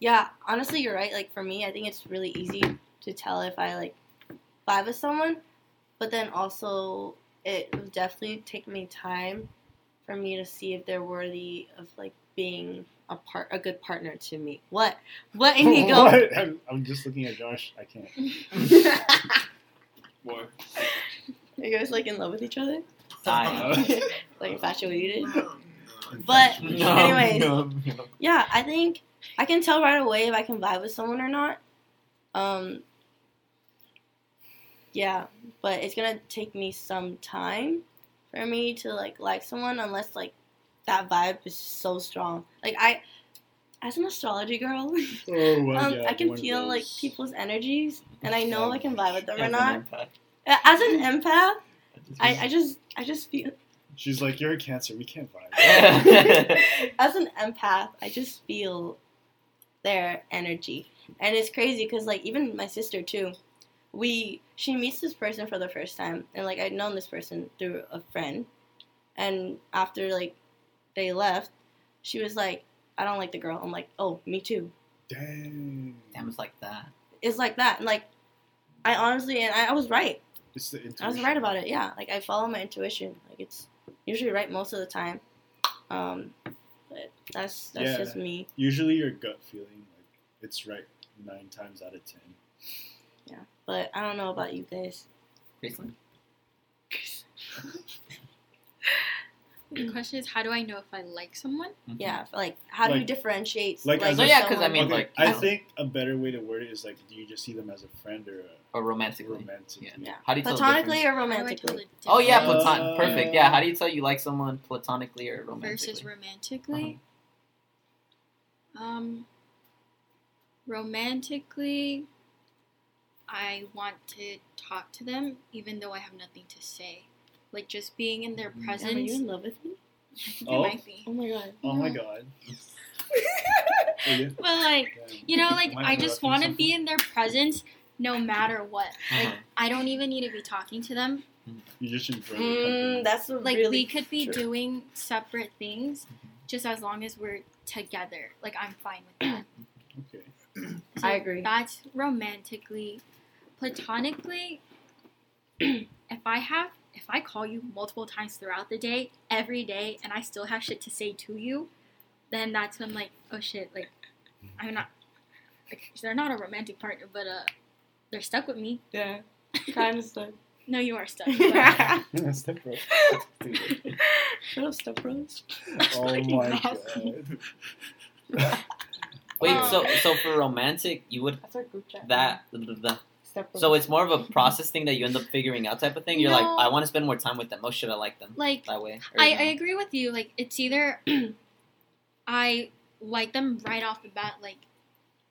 S1: yeah. Honestly, you're right. Like for me, I think it's really easy to tell if I like vibe with someone, but then also it would definitely take me time for me to see if they're worthy of like being a part, a good partner to me. What? What Inigo?
S5: What? I'm, I'm just looking at Josh. I can't.
S4: Why?
S1: Are you guys like in love with each other?
S2: I-
S1: like infatuated?
S4: No.
S1: But
S2: No,
S1: anyways,
S2: no, no.
S1: Yeah, I think I can tell right away if I can vibe with someone or not. Um Yeah, but it's going to take me some time for me to like like someone unless like that vibe is so strong. Like I as an astrology girl,
S5: Oh,
S1: um, I can feel like people's energies and I know if I can vibe with them or not. As an empath, I, I just I just feel
S5: She's like, you're a cancer. We can't vibe.
S1: as an empath, I just feel their energy, and it's crazy because like even my sister too, we she meets this person for the first time, and like I'd known this person through a friend, and after like they left, she was like, I don't like the girl. I'm like, oh, me too.
S5: Dang.
S2: Damn, it's like that.
S1: It's like that, and like I honestly and I, I was right.
S5: It's the
S1: I was
S5: intuition.
S1: right about it. Yeah, like I follow my intuition. Like it's usually right most of the time. Um, but that's that's
S5: Yeah.
S1: just me.
S5: Usually, your gut feeling, like, it's right nine times out of ten.
S1: But I don't know about you guys.
S2: Basically.
S3: The question is, how do I know if I like someone?
S2: Mhm.
S1: Yeah, like how do you
S5: Like-
S1: differentiate?
S5: like, as
S2: No, yeah, because I
S1: someone-
S2: mean,
S5: okay,
S2: like,
S5: I
S2: you know,
S5: think a better way to word it is like, do you just see them as a friend or a
S2: or romantically.
S5: romantic?
S2: Yeah.
S1: yeah,
S2: How do you tell the
S1: platonically
S2: difference?
S1: or
S3: How do I tell the
S1: romantically?
S3: difference
S2: Oh yeah,
S5: Uh,
S2: platon. Perfect. Yeah. How do you tell you like someone platonically or romantically?
S3: versus romantically? Um, romantically, I want to talk to them even though I have nothing to say. Like just being in their
S5: Mm.
S1: Am Are you
S3: presence.
S1: in love with me?
S3: I think
S5: Oh.
S3: it might be.
S1: Oh my god.
S5: Oh my
S3: Mm-hmm.
S5: god. Oh, yeah.
S3: But like,
S5: Damn.
S3: you know, like
S5: Am
S3: I just
S5: interrupting
S3: want to
S5: something?
S3: be in their presence no matter what. Like
S2: Uh-huh.
S3: I don't even need to be talking to them.
S5: You just enjoy the company.
S1: Mm, that's a
S3: Like
S1: really
S3: we could be
S1: true.
S3: doing separate things just as long as we're together. Like I'm fine with that.
S5: Okay.
S1: I agree.
S3: That's romantically. Platonically, if I have if I call you multiple times throughout the day, every day, and I still have shit to say to you, then that's when I'm like, oh shit, like I'm not like they're not a romantic partner, but uh they're stuck with me.
S1: yeah. Kind of stuff.
S3: No, you are stuck. But
S1: Shut
S5: Step bro.
S1: up, step bros.
S5: Oh
S1: Fucking
S5: my
S1: awesome.
S5: god.
S2: Wait,
S3: Um,
S2: so so for romantic, you would
S1: That's our group chat.
S2: that the,
S1: Step
S2: so it's more of a process thing that you end up figuring out type of thing. You're like,
S3: No.
S2: I want to spend more time with them. Oh shit, I like them
S3: like
S2: that way. Or
S3: I,
S2: no.
S3: I agree with you. Like it's either I like them right off the bat, like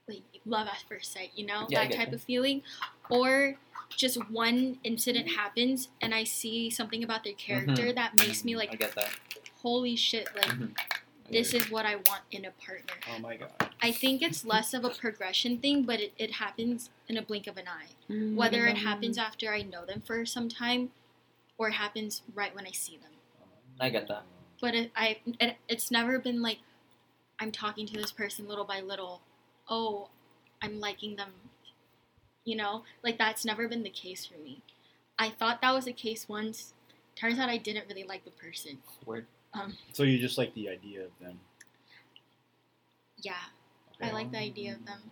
S3: like love at first sight, you know,
S2: Yeah, I
S3: that
S2: get
S3: type
S2: you.
S3: of feeling, or just one incident happens and I see something about their
S2: Mm-hmm.
S3: character that makes me
S2: I
S3: like,
S2: get that.
S3: holy shit, like
S2: Mhm.
S3: this is what I want in a partner.
S5: Oh my god.
S3: I think it's less of a progression thing, but it, it happens in a blink of an eye.
S1: Mm.
S3: Whether it happens after I know them for some time, or it happens right when I see them.
S2: I get that.
S3: but it, I it, it's never been like I'm talking to this person little by little. Oh, I'm liking them. You know, like that's never been the case for me. I thought that was the case once. Turns out I didn't really like the person.
S2: Word.
S3: Um,
S5: So you just like the idea of them.
S3: yeah, I like the idea of them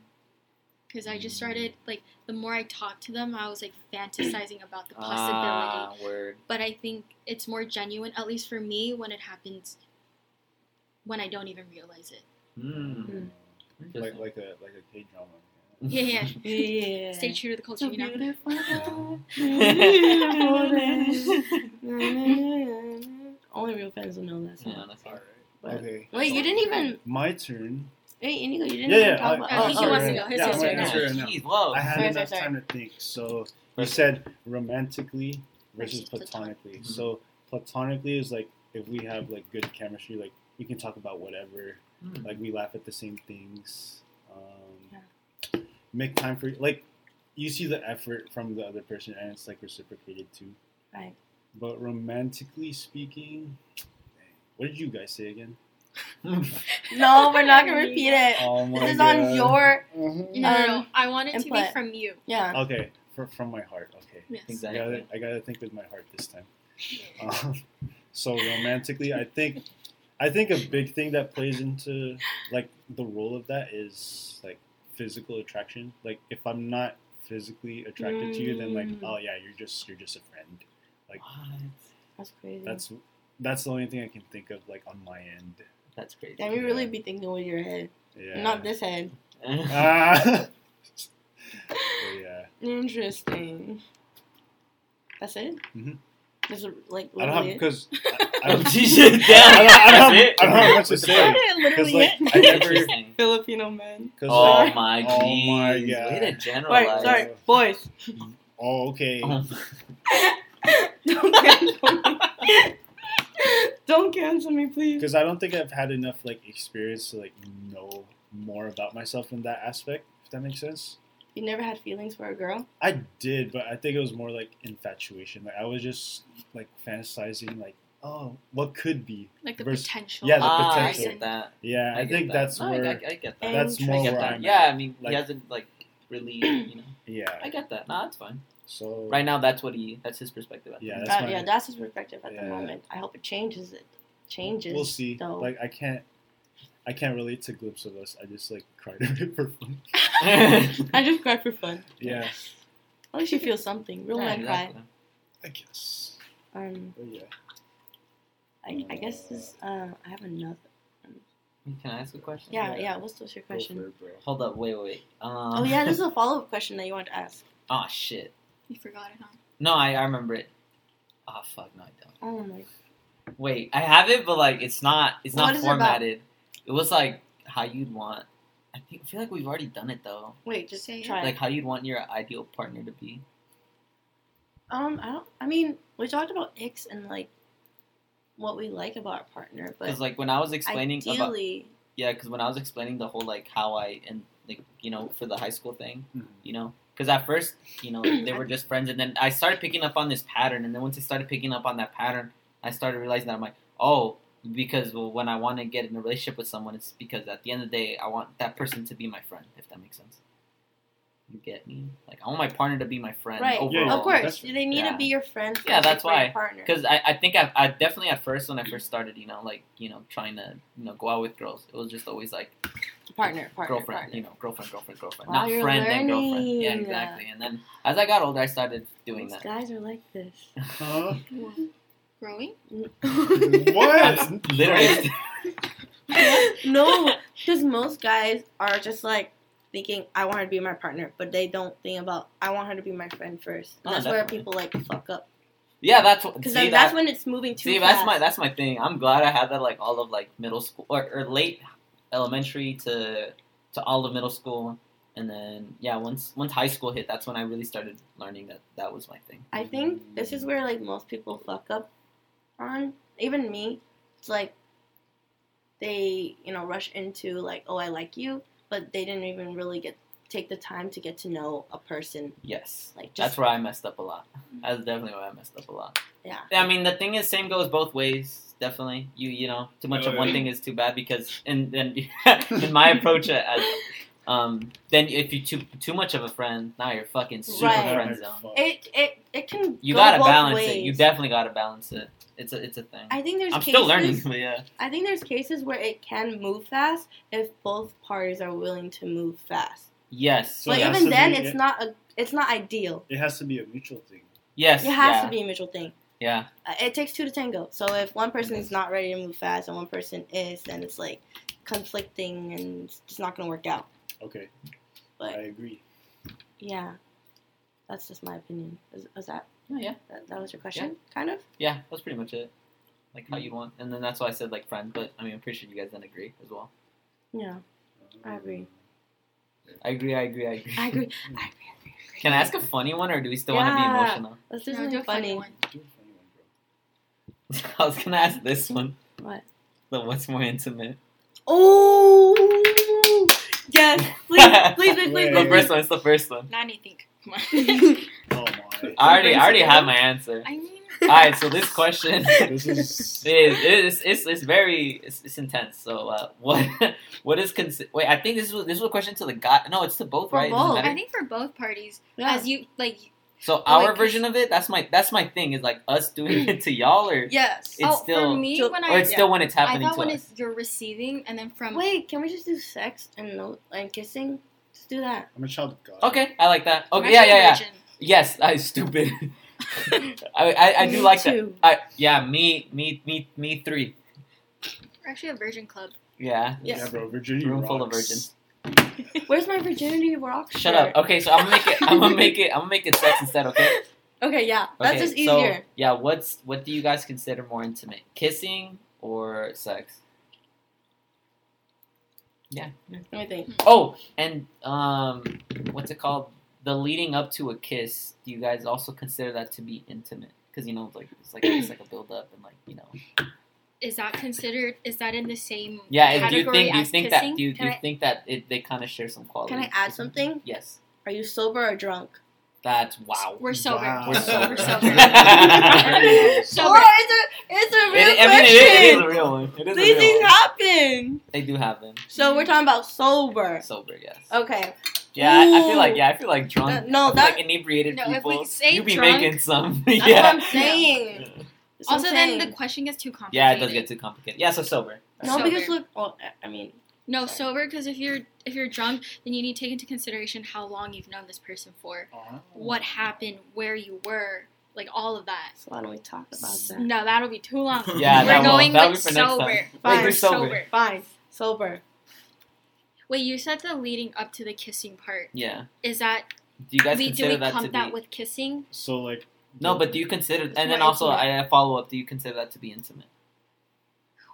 S3: because I just started like the more I talked to them, I was like fantasizing about the possibility.
S2: Ah, word.
S3: but I think it's more genuine, at least for me, when it happens when I don't even realize it.
S2: Mm.
S5: Uh, Like like a like a K drama.
S3: Yeah, yeah.
S1: Yeah.
S3: Stay true to the culture,
S1: So
S3: you know.
S1: beautiful. Only real fans will know that song.
S2: Yeah, that's all right.
S1: But-
S5: Okay.
S1: Wait, you didn't even.
S5: My turn.
S1: Wait, Inigo, you didn't
S5: Yeah,
S1: even
S5: yeah.
S1: talk about.
S3: I think he
S1: oh,
S3: wants
S1: right.
S3: to go. His
S5: yeah,
S3: turn
S5: my
S3: right now.
S5: answer now.
S2: Jeez, whoa.
S5: I had
S1: Sorry,
S5: enough
S1: sorry, sorry.
S5: time to think. So you
S2: Perfect.
S5: said romantically versus
S3: Versus platonic.
S5: platonically.
S2: Mhm.
S5: So platonically is like if we have like good chemistry, like we can talk about whatever.
S2: Mm.
S5: Like we laugh at the same things. Um,
S1: Yeah.
S5: Make time for like you see the effort from the other person, and it's like reciprocated too.
S1: Right.
S5: But romantically speaking, what did you guys say again?
S1: No, we're not gonna repeat it.
S5: Oh my
S1: this is
S5: God.
S1: on your.
S5: Mhm.
S3: No, no, no.
S1: Um,
S3: I want it to be
S1: input.
S3: from you.
S1: Yeah.
S5: Okay, fr- from my heart. Okay.
S3: Yes.
S5: I gotta,
S2: exactly.
S5: I gotta think with my heart this time. Um, so romantically, I think, I think a big thing that plays into like the role of that is like physical attraction. Like if I'm not physically attracted to you, then like
S1: Mm.
S5: oh yeah, you're just you're just a friend. Like
S2: What?
S1: That's crazy.
S5: that's that's the only thing I can think of like on my end.
S2: That's crazy.
S1: Damn, you really be thinking with your head,
S5: Yeah.
S1: not this head.
S5: Ah. But yeah.
S1: Interesting. That's it.
S5: Mhm.
S1: That's like
S5: I don't have
S1: literally it?
S5: because I, I
S2: Oh,
S5: don't.
S2: Jesus,
S5: I
S2: damn.
S5: don't, I, don't
S2: That's
S5: have,
S2: it?
S5: I don't have much to say
S1: That's literally
S5: because like
S1: it.
S5: I never
S2: Interesting.
S1: Filipino men.
S5: Cause
S2: Oh
S5: like,
S2: my,
S5: Oh my
S2: geez.
S5: God.
S2: Way to
S1: Sorry,
S2: generalize.
S1: sorry, boys.
S5: oh okay.
S2: Oh,
S1: don't cancel me. don't cancel me, please.
S5: Because I don't think I've had enough like experience to like know more about myself in that aspect. If that makes sense.
S1: You never had feelings for a girl?
S5: I did, but I think it was more like infatuation. Like I was just like fantasizing, like oh, what could be.
S3: Like the
S5: Vers-
S3: potential.
S5: yeah, the
S2: ah, I
S5: potential.
S2: get that.
S5: Yeah, I,
S2: get
S5: think
S2: that.
S5: that's
S2: No, I-
S5: where.
S2: I, I get that.
S5: That's more
S2: I
S5: where
S2: get that.
S5: I'm
S2: Yeah,
S5: at.
S2: I mean,
S5: Like-
S2: he hasn't like really, you know. I
S5: Yeah.
S2: get that. No, that's fine.
S5: So
S2: Right now, that's what he. That's his perspective. I think.
S5: Yeah, that's
S1: That-
S5: my-
S1: Uh, yeah, that's his perspective at
S5: Yeah.
S1: the moment. I hope it changes it. Changes.
S5: we'll see.
S1: Though.
S5: Like I can't. I can't relate to glimpse of us. I just like cried a bit for fun.
S1: Uh, I just cry for fun.
S5: Yeah,
S1: At least you feel something. Real
S2: Yeah,
S1: men
S2: exactly.
S5: I guess.
S1: cry. Um,
S5: But yeah.
S1: I, I guess this. Uh, I have another.
S2: Can I ask a question?
S1: Yeah,
S5: Yeah.
S1: yeah. what's, what's your
S5: Go for
S1: question?
S5: it, bro.
S2: Hold up. Wait, wait. wait. Um,
S1: Oh yeah, this is a follow up question that you wanted to ask.
S2: Oh shit.
S3: You forgot it, huh?
S2: No, I, I remember it. Oh fuck, no, I don't.
S1: Oh my.
S2: Wait, I have it, but like it's not. It's
S1: What
S2: not
S1: is it about?
S2: formatted. It was like how you'd want. I think. I feel like we've already done it though.
S1: Wait, just
S3: Say it.
S1: try.
S2: Like how you'd want your ideal partner to be.
S1: Um, I don't. I mean, we talked about icks and like what we like about our partner, but
S2: Because like when I was explaining about
S1: ideally,
S2: Yeah, because when I was explaining the whole like how I and like you know for the high school thing,
S5: Mhm.
S2: you know, because at first you know they were just friends, and then I started picking up on this pattern, and then once I started picking up on that pattern, I started realizing that I'm like, oh, because well, when I want to get in a relationship with someone, it's because at the end of the day, I want that person to be my friend, if that makes sense. You get me? Like I want my partner to be my friend.
S1: Right.
S5: Yeah,
S2: Overall.
S5: yeah,
S1: Of course,
S5: that's-
S1: they need
S2: yeah.
S1: to be your friend.
S2: Yeah,
S1: like,
S2: that's
S1: for your
S2: why.
S1: Partner.
S2: Because I, I think I, I definitely at first when I first started, you know, like you know, trying to you know go out with girls, it was just always like
S1: partner, partner,
S2: girlfriend,
S1: partner.
S2: you know, girlfriend, girlfriend, girlfriend,
S1: Wow,
S2: not
S1: you're
S2: friend and girlfriend. Yeah,
S1: learning.
S2: exactly. And then as I got older, I started doing
S1: These
S2: that.
S1: guys are like this.
S5: Huh?
S3: Growing?
S5: what?
S2: Literally,
S1: no, because most guys are just like thinking, "I want her to be my partner," but they don't think about, "I want her to be my friend first.
S2: Oh,
S1: And that's where
S2: definitely.
S1: people like fuck up.
S2: yeah, that's what.
S1: Because
S2: See,
S1: then that's
S2: that-
S1: when it's moving too
S2: see,
S1: fast.
S2: that's my that's my thing. I'm glad I had that like all of like middle school or, or late elementary to to all of middle school, and then yeah, once once high school hit, that's when I really started learning that that was my thing.
S1: I think this is where like most people fuck up on even me. It's like they, you know, rush into like, "Oh, I like you," but they didn't even really get take the time to get to know a person.
S2: Yes.
S1: Like just Mm-hmm.
S2: That's where I messed up a lot. That's definitely where I messed up a lot.
S1: Yeah.
S2: I mean, the thing is, same goes both ways. Definitely, you you know, too much
S4: Oh,
S2: of one
S4: yeah.
S2: thing is too bad because in in, in my approach, as, um, then if you too too much of a friend, now you're fucking super
S1: Right.
S2: friend zone.
S1: it it it can
S2: You
S1: go
S2: gotta
S1: both
S2: balance it.
S1: ways.
S2: You definitely gotta balance it. It's a it's a thing.
S1: I think there's
S2: I'm
S1: cases,
S2: still learning, but yeah.
S1: I think there's cases where it can move fast if both parties are willing to move fast.
S2: Yes.
S5: So
S1: but
S5: it has
S1: even
S5: to
S1: then,
S5: be-
S1: it's not a it's not ideal.
S5: It has to be a mutual thing.
S2: yes.
S1: It has
S2: yeah.
S1: to be a mutual thing.
S2: Yeah.
S1: Uh, It takes two to tango. So if one person is not ready to move fast and one person is, then it's like conflicting and it's just not gonna work out.
S5: Okay,
S1: But
S5: I agree.
S1: yeah, that's just my opinion. Was, was that,
S2: Oh, yeah.
S1: that that was your question? Kind of.
S2: Yeah. That's pretty much it. Like how you want, and then that's why I said like friend. But I mean, I'm pretty sure you guys then agree as well.
S1: Yeah,
S5: Um,
S1: I agree.
S2: I agree. I agree. I agree.
S1: I agree.
S2: Can I ask a funny one, or do we still
S1: Yeah.
S2: want to be emotional?
S1: Let's do
S3: No, do
S1: something
S3: a funny
S1: funny.
S3: one.
S5: Do a funny one, bro.
S2: I was gonna ask this one.
S1: What?
S2: The what's more intimate?
S1: Oh yes, please, please, please, please.
S5: Wait.
S2: The
S1: please,
S2: first one. It's the first one.
S3: Not anything. Come on.
S1: please.
S5: Oh my!
S2: I already, I already have my answer.
S3: I mean,
S2: All right, so this question is
S5: this is
S2: it's it's, it's very it's, it's intense. So uh, what what is consi- Wait, I think this was this was a question to the guy. No, it's to both,
S1: For
S2: right? It doesn't
S1: both.
S2: matter.
S3: I think for both parties,
S1: Yeah.
S3: as you like,
S2: so our
S3: like-
S2: version of it. That's my that's my thing. Is like us doing it to y'all, or
S1: Yes.
S2: It's
S3: oh,
S2: still-
S3: for me
S1: So-
S3: when
S2: or
S3: I,
S2: it's still when it's
S3: I
S2: happening
S3: thought
S2: to
S3: when
S2: us.
S3: it's you're receiving and then from
S1: Wait, can we just do sex and no and kissing? Just do that.
S5: I'm a child of God.
S2: Okay, I like that.
S3: I'm
S2: Okay, yeah,
S3: actually
S2: yeah, yeah.
S3: virgin.
S2: Yes, I stupid. I, I I do like that.
S1: too.
S2: I yeah, me me me me three.
S3: We're actually a virgin club.
S2: Yeah.
S5: Yeah,
S1: Yes.
S5: bro. Virginia
S2: Room full of
S5: rocks.
S2: virgins.
S1: Where's my virginity rock?
S2: Shut
S1: shirt?
S2: up. Okay, so I'm gonna make it. I'm gonna make it. I'm gonna make it sex instead. Okay. okay
S1: Okay, yeah, that's just
S2: Oh. so,
S1: easier.
S2: yeah. What's what do you guys consider more intimate, kissing or sex?
S1: Let me think.
S2: Oh, and um, what's it called? The leading up to a kiss. Do you guys also consider that to be intimate? Because you know, like it's like it's like a build up and like you know.
S3: Is that considered? Is that in the same
S2: Yeah. and Do
S3: category
S2: you think do you
S3: as
S2: think
S3: kissing?
S2: that do you, do
S1: Can
S2: you
S1: I-
S2: think that it, they kind of share some qualities?
S1: Can I add something?
S2: Yes.
S1: Are you sober or drunk?
S2: That's wow.
S3: We're sober.
S5: Wow.
S2: We're sober.
S3: We're
S1: So
S3: Sober.
S1: it's a it's a real
S2: It- I mean, it is- it is
S1: question.
S2: a real one. It is a
S1: These
S2: real
S1: things
S2: one.
S1: happen.
S2: They do have them.
S1: So we're talking about sober.
S2: Sober, yes.
S3: Oh.
S1: Okay.
S2: Yeah, I, I feel like
S1: Ooh.
S2: yeah, I feel like drunk.
S1: That- no,
S2: I feel like
S1: that-
S2: inebriated
S3: No, if
S2: people.
S3: we say
S2: you be
S3: drunk-
S2: making some.
S1: That's
S2: yeah.
S1: what I'm saying. That's what
S3: Also,
S1: I'm
S3: then
S1: saying.
S3: the question gets too complicated.
S2: Yeah, it does get too complicated. Yeah, so sober.
S1: no,
S3: Sober.
S1: because look. Oh, I- I mean,
S3: no sober because if you're if you're drunk, then you need to take into consideration how long you've known this person for,
S5: Oh.
S3: what happened, where you were, like all of that.
S1: so why don't we talk about that?
S3: No, that'll be too long.
S2: Yeah,
S3: We're
S2: that
S3: going
S2: will that'll
S3: with
S2: be for
S3: sober.
S2: next time.
S1: Fine.
S2: Wait, we're sober.
S3: Sober.
S1: Fine. Sober.
S3: Wait, you said the leading up to the kissing part.
S2: Yeah.
S3: Is that
S2: Do you guys
S3: we do
S2: consider
S3: we
S2: that
S3: clump
S2: to
S3: that
S2: be?
S3: with kissing?
S5: So like.
S2: No, but do you consider? And then
S3: More
S2: also, I
S3: intimate.
S2: I follow up. Do you consider that to be intimate?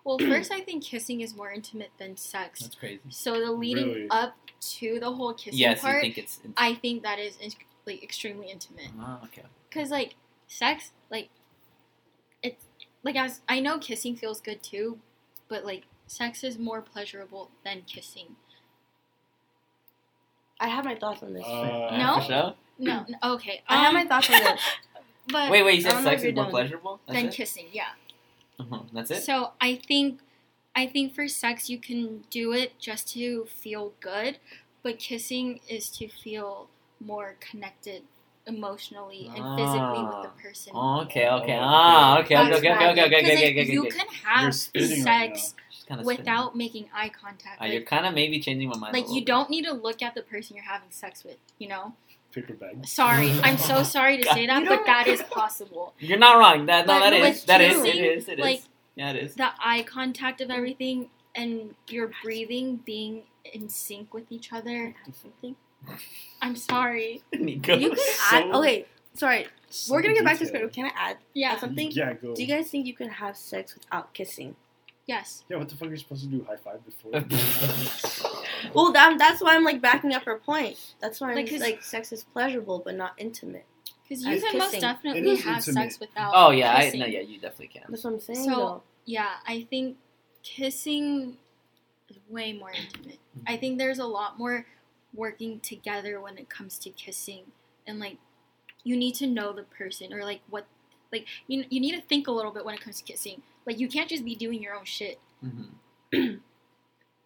S3: Well, first I think kissing is more intimate than sex.
S2: That's crazy.
S3: So the leading
S5: Really?
S3: up to the whole kissing
S2: Yes,
S3: part,
S2: you think it's. Intimate.
S3: I think that is in- like extremely intimate.
S2: Oh, okay.
S3: Cause like sex, like it's like as I know kissing feels good too, but like sex is more pleasurable than kissing.
S1: I have my thoughts on this.
S5: Uh,
S3: No?
S2: For sure?
S3: No, n- okay,
S1: I have
S3: um,
S1: my thoughts on this.
S3: but
S2: Wait, wait. You
S1: I
S2: said
S1: don't know
S2: sex
S1: if you're
S2: is more
S1: done.
S2: pleasurable. That's
S3: than
S2: it?
S3: kissing, yeah.
S2: Uh-huh. That's it.
S3: So I think, I think for sex you can do it just to feel good, but kissing is to feel more connected emotionally and physically with the
S2: Ah.
S3: person.
S2: Oh, okay, okay.
S5: Oh,
S2: Ah, okay, okay,
S3: That's
S2: okay, okay,
S3: what I
S2: okay,
S3: mean.
S2: okay,
S3: 'Cause,
S2: okay,
S3: like,
S2: okay,
S3: you
S2: okay.
S3: can have
S5: You're spinning right
S3: sex
S2: Just kinda spinning.
S3: without making eye contact.
S2: Ah,
S3: Like,
S2: you're kind of maybe changing my mind. a
S3: like,
S2: little
S3: you
S2: bit.
S3: don't need to look at the person you're having sex with. You know.
S5: paper bag.
S3: Sorry, I'm so sorry to say that,
S1: You
S3: but
S1: don't-
S3: that is possible.
S2: You're not wrong. That no,
S3: But
S2: that is
S3: with
S2: that is it
S3: kissing,
S2: is it is.
S3: like-
S2: yeah, it is.
S3: The eye contact of everything and your breathing being in sync with each other.
S1: Something.
S3: I'm sorry.
S2: Nico.
S1: You could
S5: So-
S1: add. Oh wait, sorry. We're gonna get back to this,
S5: Detail.
S1: but can I add
S3: Yeah.
S1: something?
S5: Yeah, go.
S1: Do you guys think you could have sex without kissing?
S3: Yes.
S5: yeah, what the fuck are you supposed to do? High five before?
S1: Well, that, that's why I'm like backing up her point. That's why I'm
S3: Like,
S1: like,
S3: 'cause-
S1: sex is pleasurable but not intimate.
S3: Because you
S1: As
S3: can most
S1: kissing.
S3: definitely
S5: It is
S3: have sex
S5: intimate.
S3: without.
S2: oh yeah, I,
S3: kissing.
S2: no, yeah, you definitely can.
S1: That's what I'm saying.
S3: So-
S1: though.
S3: Yeah, I think kissing is way more intimate. I think there's a lot more working together when it comes to kissing, and like you need to know the person or like what, like you you need to think a little bit when it comes to kissing. Like you can't just be doing your own shit.
S2: hmm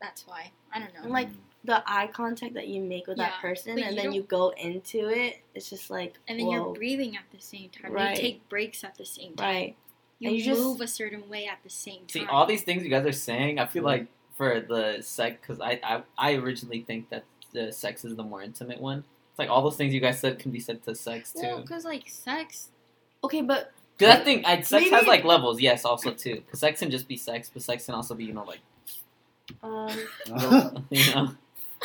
S3: That's why I don't know.
S1: And, like the eye contact that you make with
S3: Yeah,
S1: that person,
S3: but
S1: and
S3: you
S1: then
S3: don't-
S1: um, you go into it, it's just like
S3: and then
S1: whoa,
S3: you're breathing at the same time.
S1: Right.
S3: You take breaks at the same time.
S1: right.
S3: You,
S1: And you just-
S3: move a certain way at the same time.
S2: See, all these things you guys are saying, I feel like for the sex, because I, I I originally think that the sex is the more intimate one. It's like all those things you guys said can be said to sex
S3: Well,
S2: too.
S3: because like sex,
S1: Okay, but
S2: Because I think I, sex has
S1: Maybe-
S2: like levels, yes, also too. 'Cause sex can just be sex, but sex can also be you know like
S1: um,
S5: Uh-huh.
S2: you know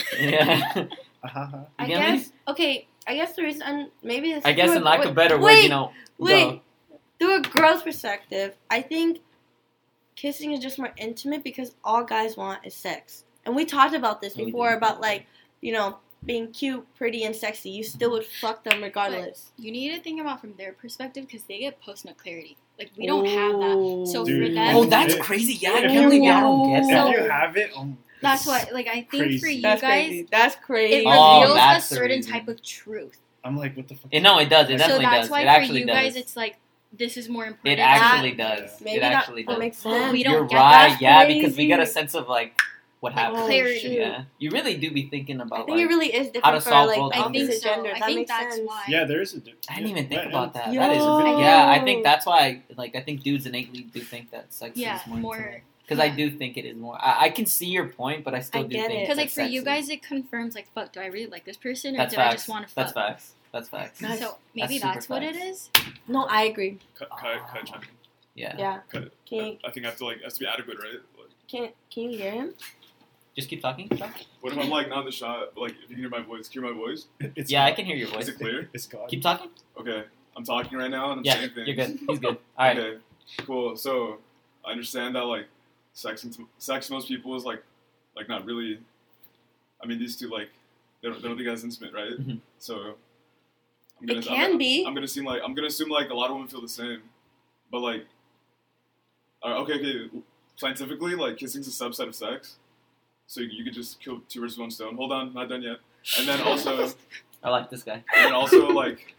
S2: yeah.
S5: Uh-huh.
S1: I
S2: get me?
S1: guess okay. I guess the reason maybe it's
S2: I guess in lack of better words,
S1: wait,
S2: you know.
S1: wait.
S2: go.
S1: Through a girl's perspective, I think kissing is just more intimate because all guys want is sex. And we talked about this
S2: We did.
S1: before about like, you know, being cute, pretty, and sexy. You still would fuck them regardless.
S3: you need to think about from their perspective because they get post nut clarity. Like we don't have that. So for
S5: Dude.
S3: them,
S2: Oh, that's crazy. Yeah, I can't
S5: Ooh.
S2: believe y'all don't get
S5: If
S2: that.
S5: you have it, um,
S3: that's
S5: it's-
S3: why. Like I think for
S5: Crazy.
S3: you
S1: That's
S3: guys,
S1: crazy. That's
S3: it
S1: crazy.
S3: reveals
S2: Oh,
S3: a
S2: that's the
S3: certain
S2: reason.
S3: type of truth.
S5: I'm like, what the fuck?
S2: It- no, it does. It
S5: Like,
S3: so
S2: definitely
S3: that's
S2: does.
S3: why
S2: It
S3: for
S2: actually
S3: you
S2: does.
S3: guys, it's like this is more
S2: It
S3: important.
S2: actually
S5: That-
S2: does.
S1: Maybe
S2: it
S1: that-
S2: actually
S1: that
S2: does.
S1: makes sense.
S3: We don't
S2: You're
S3: get
S2: right.
S1: that.
S2: Yeah,
S1: That's
S2: because we get a
S1: crazy.
S2: sense of like what
S1: Like,
S2: happened.
S1: oh,
S3: Clarity.
S1: shoot.
S2: Yeah, you really do be thinking
S1: I
S2: about.
S1: think it
S2: like,
S1: really is
S2: how to
S1: different for
S2: solve
S1: like
S2: both.
S1: opposite
S2: I
S3: think so.
S1: gender.
S3: I
S1: That
S3: think
S1: makes
S3: that's
S1: sense.
S3: why.
S5: Yeah, there is a. di-
S2: I didn't even
S5: yeah,
S2: think about that.
S1: Yo.
S2: That is
S5: I
S2: a
S5: think-
S2: yeah. I think that's why. Like I think dudes innately do think that sex
S3: Yeah,
S2: is more.
S3: more
S2: Because I do think it is more. I, I can see your point, but I still
S1: I
S2: do
S1: get
S2: think
S1: it.
S3: because
S2: that
S3: like for
S2: sex
S3: you
S2: is-
S3: guys, it confirms like fuck. Do I really like this person or
S2: that's
S3: did
S2: facts.
S3: I just want to
S2: That's
S3: fuck?
S2: facts. That's facts.
S1: Nice.
S3: So maybe
S2: super
S3: that's, what it
S2: facts.
S3: is.
S1: No, I agree.
S4: Cut, cut, cut, chime in.
S2: Yeah.
S1: Yeah.
S4: Cut.
S1: Can you,
S4: I think I have to like has to be adequate, right? Like,
S1: can can you hear him?
S2: Just keep talking.
S4: what if I'm like not in the shot? Like, if you hear my voice, can you hear my voice?
S5: It's
S2: yeah, I
S5: gone.
S2: can hear your voice.
S4: Is it clear?
S5: It's gone.
S2: Keep talking.
S4: Okay, I'm talking right now and I'm
S2: Yeah,
S4: saying things.
S2: you're good. He's good. All right.
S4: Okay, cool. So I understand that like sex and sex to most people is like like not really. I mean, these two like they don't, they don't think that's intimate, right?
S2: Mhm.
S4: So I'm
S1: It can
S4: I'm,
S1: be.
S4: I'm gonna seem like I'm gonna assume like a lot of women feel the same, but like, all right, okay, okay. Scientifically, like kissing's a subset of sex, so you, you could just kill two birds with one stone. Hold on, not done yet. And then also, and
S2: I like this guy.
S4: then also like.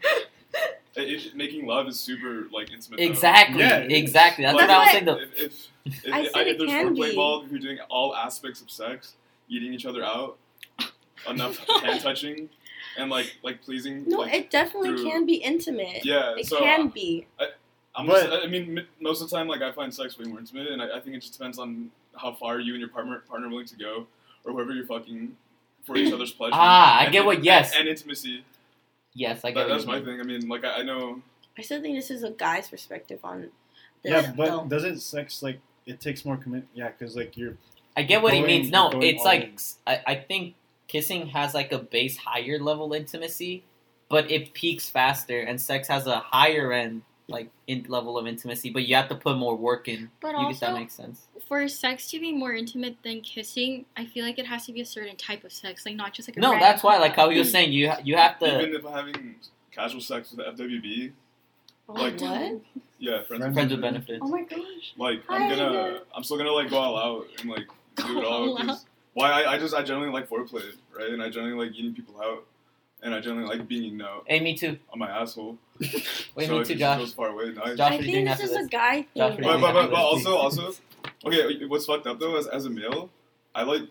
S4: It, it- making love is super like intimate. though.
S2: Exactly.
S5: Yeah, it is.
S2: exactly. That's
S1: Like-
S2: what I was
S1: That's
S2: saying. Though.
S4: If, if, if,
S1: I said
S4: if
S1: it
S4: there's
S1: can
S4: foreplay
S1: be.
S4: involved, if you're doing all aspects of sex, eating each other out, enough hand touching, and like like pleasing.
S1: No,
S4: like,
S1: it definitely
S4: through-
S1: can be intimate.
S4: yeah.
S1: It
S4: so
S1: can be.
S4: I, am
S5: But-
S2: uh,
S4: just, I mean, m- most of the time, like I find sex way more intimate, and I, I think it just depends on how far you and your partner partner willing to go, or whoever you're fucking for each other's pleasure.
S2: Ah, I
S4: and
S2: get what-
S4: and-
S2: yes.
S4: and intimacy.
S2: Yes, I get
S4: That,
S2: what
S4: that's
S2: you
S4: my
S2: mean.
S4: thing. I mean, like I, I know.
S1: I still think this is a guy's perspective on this.
S5: Yeah, but
S1: though.
S5: doesn't sex like it takes more commit? Yeah, because like you're
S2: I get what he
S5: Going-
S2: means. No,
S5: going
S2: it's
S5: all
S2: like
S5: in.
S2: I, I think kissing has like a base higher level intimacy, but it peaks faster, and sex has a higher end like in level of intimacy. But you have to put more work in.
S3: But
S2: you if that
S3: also,
S2: makes sense.
S3: for sex to be more intimate than kissing, I feel like it has to be a certain type of sex, like not just like a
S2: No,
S3: random
S2: that's why. Like
S3: hookup.
S2: how he was saying, you you have to
S4: even if I'm having casual sex with the FWB,
S1: oh,
S4: like-
S1: what?
S4: yeah, friends
S5: Friends
S2: friends with benefits.
S1: Oh my gosh.
S4: Like I'm
S1: Hi,
S4: gonna,
S1: Nick.
S4: I'm still gonna like go all out and like do it
S3: Go
S4: all.
S3: all
S4: 'cause- Why I, I just I generally like foreplay, right? And I generally like eating people out, and I generally like being eaten out
S2: Hey, me too.
S4: on my asshole.
S2: Wait,
S4: so
S2: me
S4: it
S2: too,
S4: just
S2: Josh.
S4: goes far away. Nice.
S2: Josh,
S1: I
S2: what are you
S1: think
S2: doing
S1: this
S2: after
S1: is
S2: this?
S1: a guy
S2: Josh,
S1: thing.
S2: what are
S4: But,
S2: you doing
S4: but,
S2: after
S4: but, but
S2: this?
S4: also also, okay, what's fucked up though is as a male, I like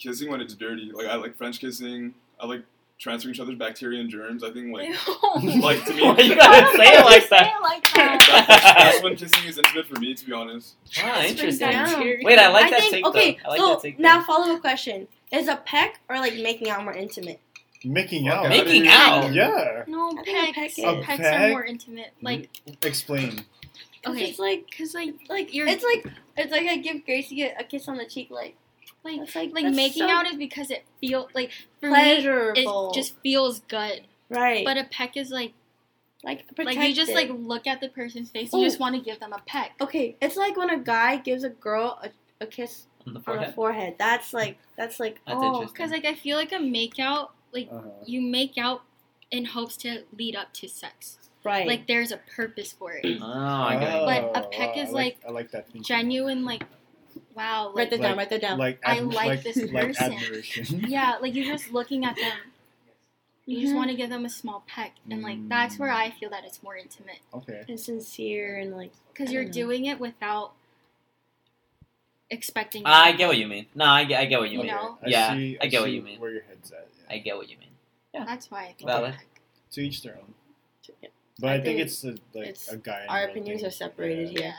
S4: kissing when it's dirty. Like I like French kissing. I like transferring each other's bacteria and germs. I think like
S3: Ew.
S4: like to me
S2: Why you
S4: that-
S2: gotta say it like
S3: Say
S2: that?
S3: it like that.
S4: that's when kissing is intimate for me, to be honest.
S2: Wow,
S3: It's been
S2: Ah, interesting.
S1: down.
S3: bacteria.
S2: Wait, I like
S1: I
S2: that
S1: think
S2: take
S1: okay.
S2: though. I like
S1: so
S2: that take though.
S1: now, follow up question: Is a peck or like making out more intimate?
S5: Making
S4: Fuck
S5: out.
S4: outta
S2: Making
S4: here.
S2: out?
S5: Yeah.
S3: No,
S1: I think a
S3: pecs.
S1: peck
S5: is- A
S3: Pecs are
S5: peck?
S3: more intimate. Like,
S5: Explain.
S1: 'Cause
S3: Okay.
S1: it's like
S3: cause like,
S1: like
S3: You're-
S1: it's like it's like I give Gracie a, a kiss on the cheek, like
S3: like,
S1: it's like
S3: like
S1: that's
S3: making
S1: so
S3: out is because it feels like for me,
S1: pleasurable,
S3: it just feels good.
S1: right,
S3: But a peck is like,
S1: like
S3: like you just
S1: protected.
S3: like look at the person's face. and You
S1: Ooh.
S3: just want to give them a peck.
S1: okay, it's like when a guy gives a girl a, a kiss
S2: On the
S1: on
S2: forehead.
S1: the forehead. That's like that's like
S2: That's
S1: oh,
S2: interesting.
S3: Because like I feel like a makeout, like
S5: Uh-huh.
S2: Oh,
S3: you make out in hopes to lead up to sex.
S1: right,
S3: Like there's a purpose for it.
S2: Oh, I got it.
S3: But a
S5: Oh,
S3: peck
S5: wow,
S3: is,
S5: I
S3: like,
S5: I like that thinking.
S3: Genuine, like wow,
S1: write
S3: like
S1: that down,
S5: like-
S1: write that down.
S5: Like,
S3: I
S5: admi-
S3: like
S5: like
S3: this
S5: like
S3: person.
S5: admiration.
S3: yeah, like you're just looking at them. You just
S1: Mhm.
S3: want to give them a small peck, and like that's where I feel that it's more intimate
S5: Okay.
S1: and sincere and like
S3: because
S1: I
S3: you're
S1: don't know.
S3: doing it without expecting.
S2: I get what you mean. No, I get, I get what you
S3: You
S2: mean.
S3: know?
S5: I
S2: Yeah,
S5: see,
S2: I get what
S5: see
S2: you mean.
S5: Where your head's at. yeah.
S2: I get what you mean.
S3: That's why. I think
S2: Valid.
S3: peck.
S5: to each their own.
S1: Yeah.
S5: But
S1: I
S5: I, think,
S1: think
S5: it's a, like
S1: it's-
S5: a guy. and
S1: our
S5: girl
S1: opinions
S5: thing.
S1: are separated
S5: Yeah.
S1: here.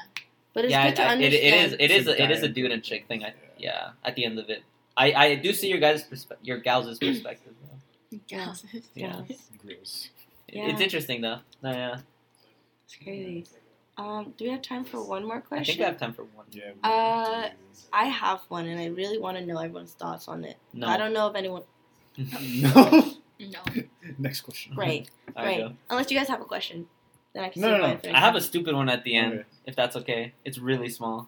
S1: But it's
S2: yeah,
S1: good to
S2: I- I- it,
S1: understand.
S2: it is. It
S5: It's
S2: is.
S5: a
S2: A, it is a
S5: diet
S2: dude and
S5: thing.
S2: chick thing. I,
S5: Yeah.
S2: yeah. At the end of it, I, I do see your guys' perspe- your gals' perspective. though.
S1: Yeah.
S2: Yeah.
S1: Yes.
S5: Gross.
S2: It- It's
S1: Yeah.
S2: interesting though. No, yeah.
S1: It's crazy. Um, do we have time for one more
S2: I think
S1: question?
S2: I
S1: I,
S2: have time for one.
S5: Yeah. we
S1: Uh,
S5: do.
S1: have one, and I really want to know everyone's thoughts on it.
S2: No.
S1: I don't know if anyone.
S5: no.
S3: No.
S5: Next question.
S1: Right,
S2: All right,
S1: right.
S2: go.
S1: Unless you guys have a question, then I can.
S5: No,
S1: see
S5: no,
S1: if
S5: no.
S1: have
S2: I have a stupid one at the end,
S5: Okay.
S2: if that's okay. It's really small.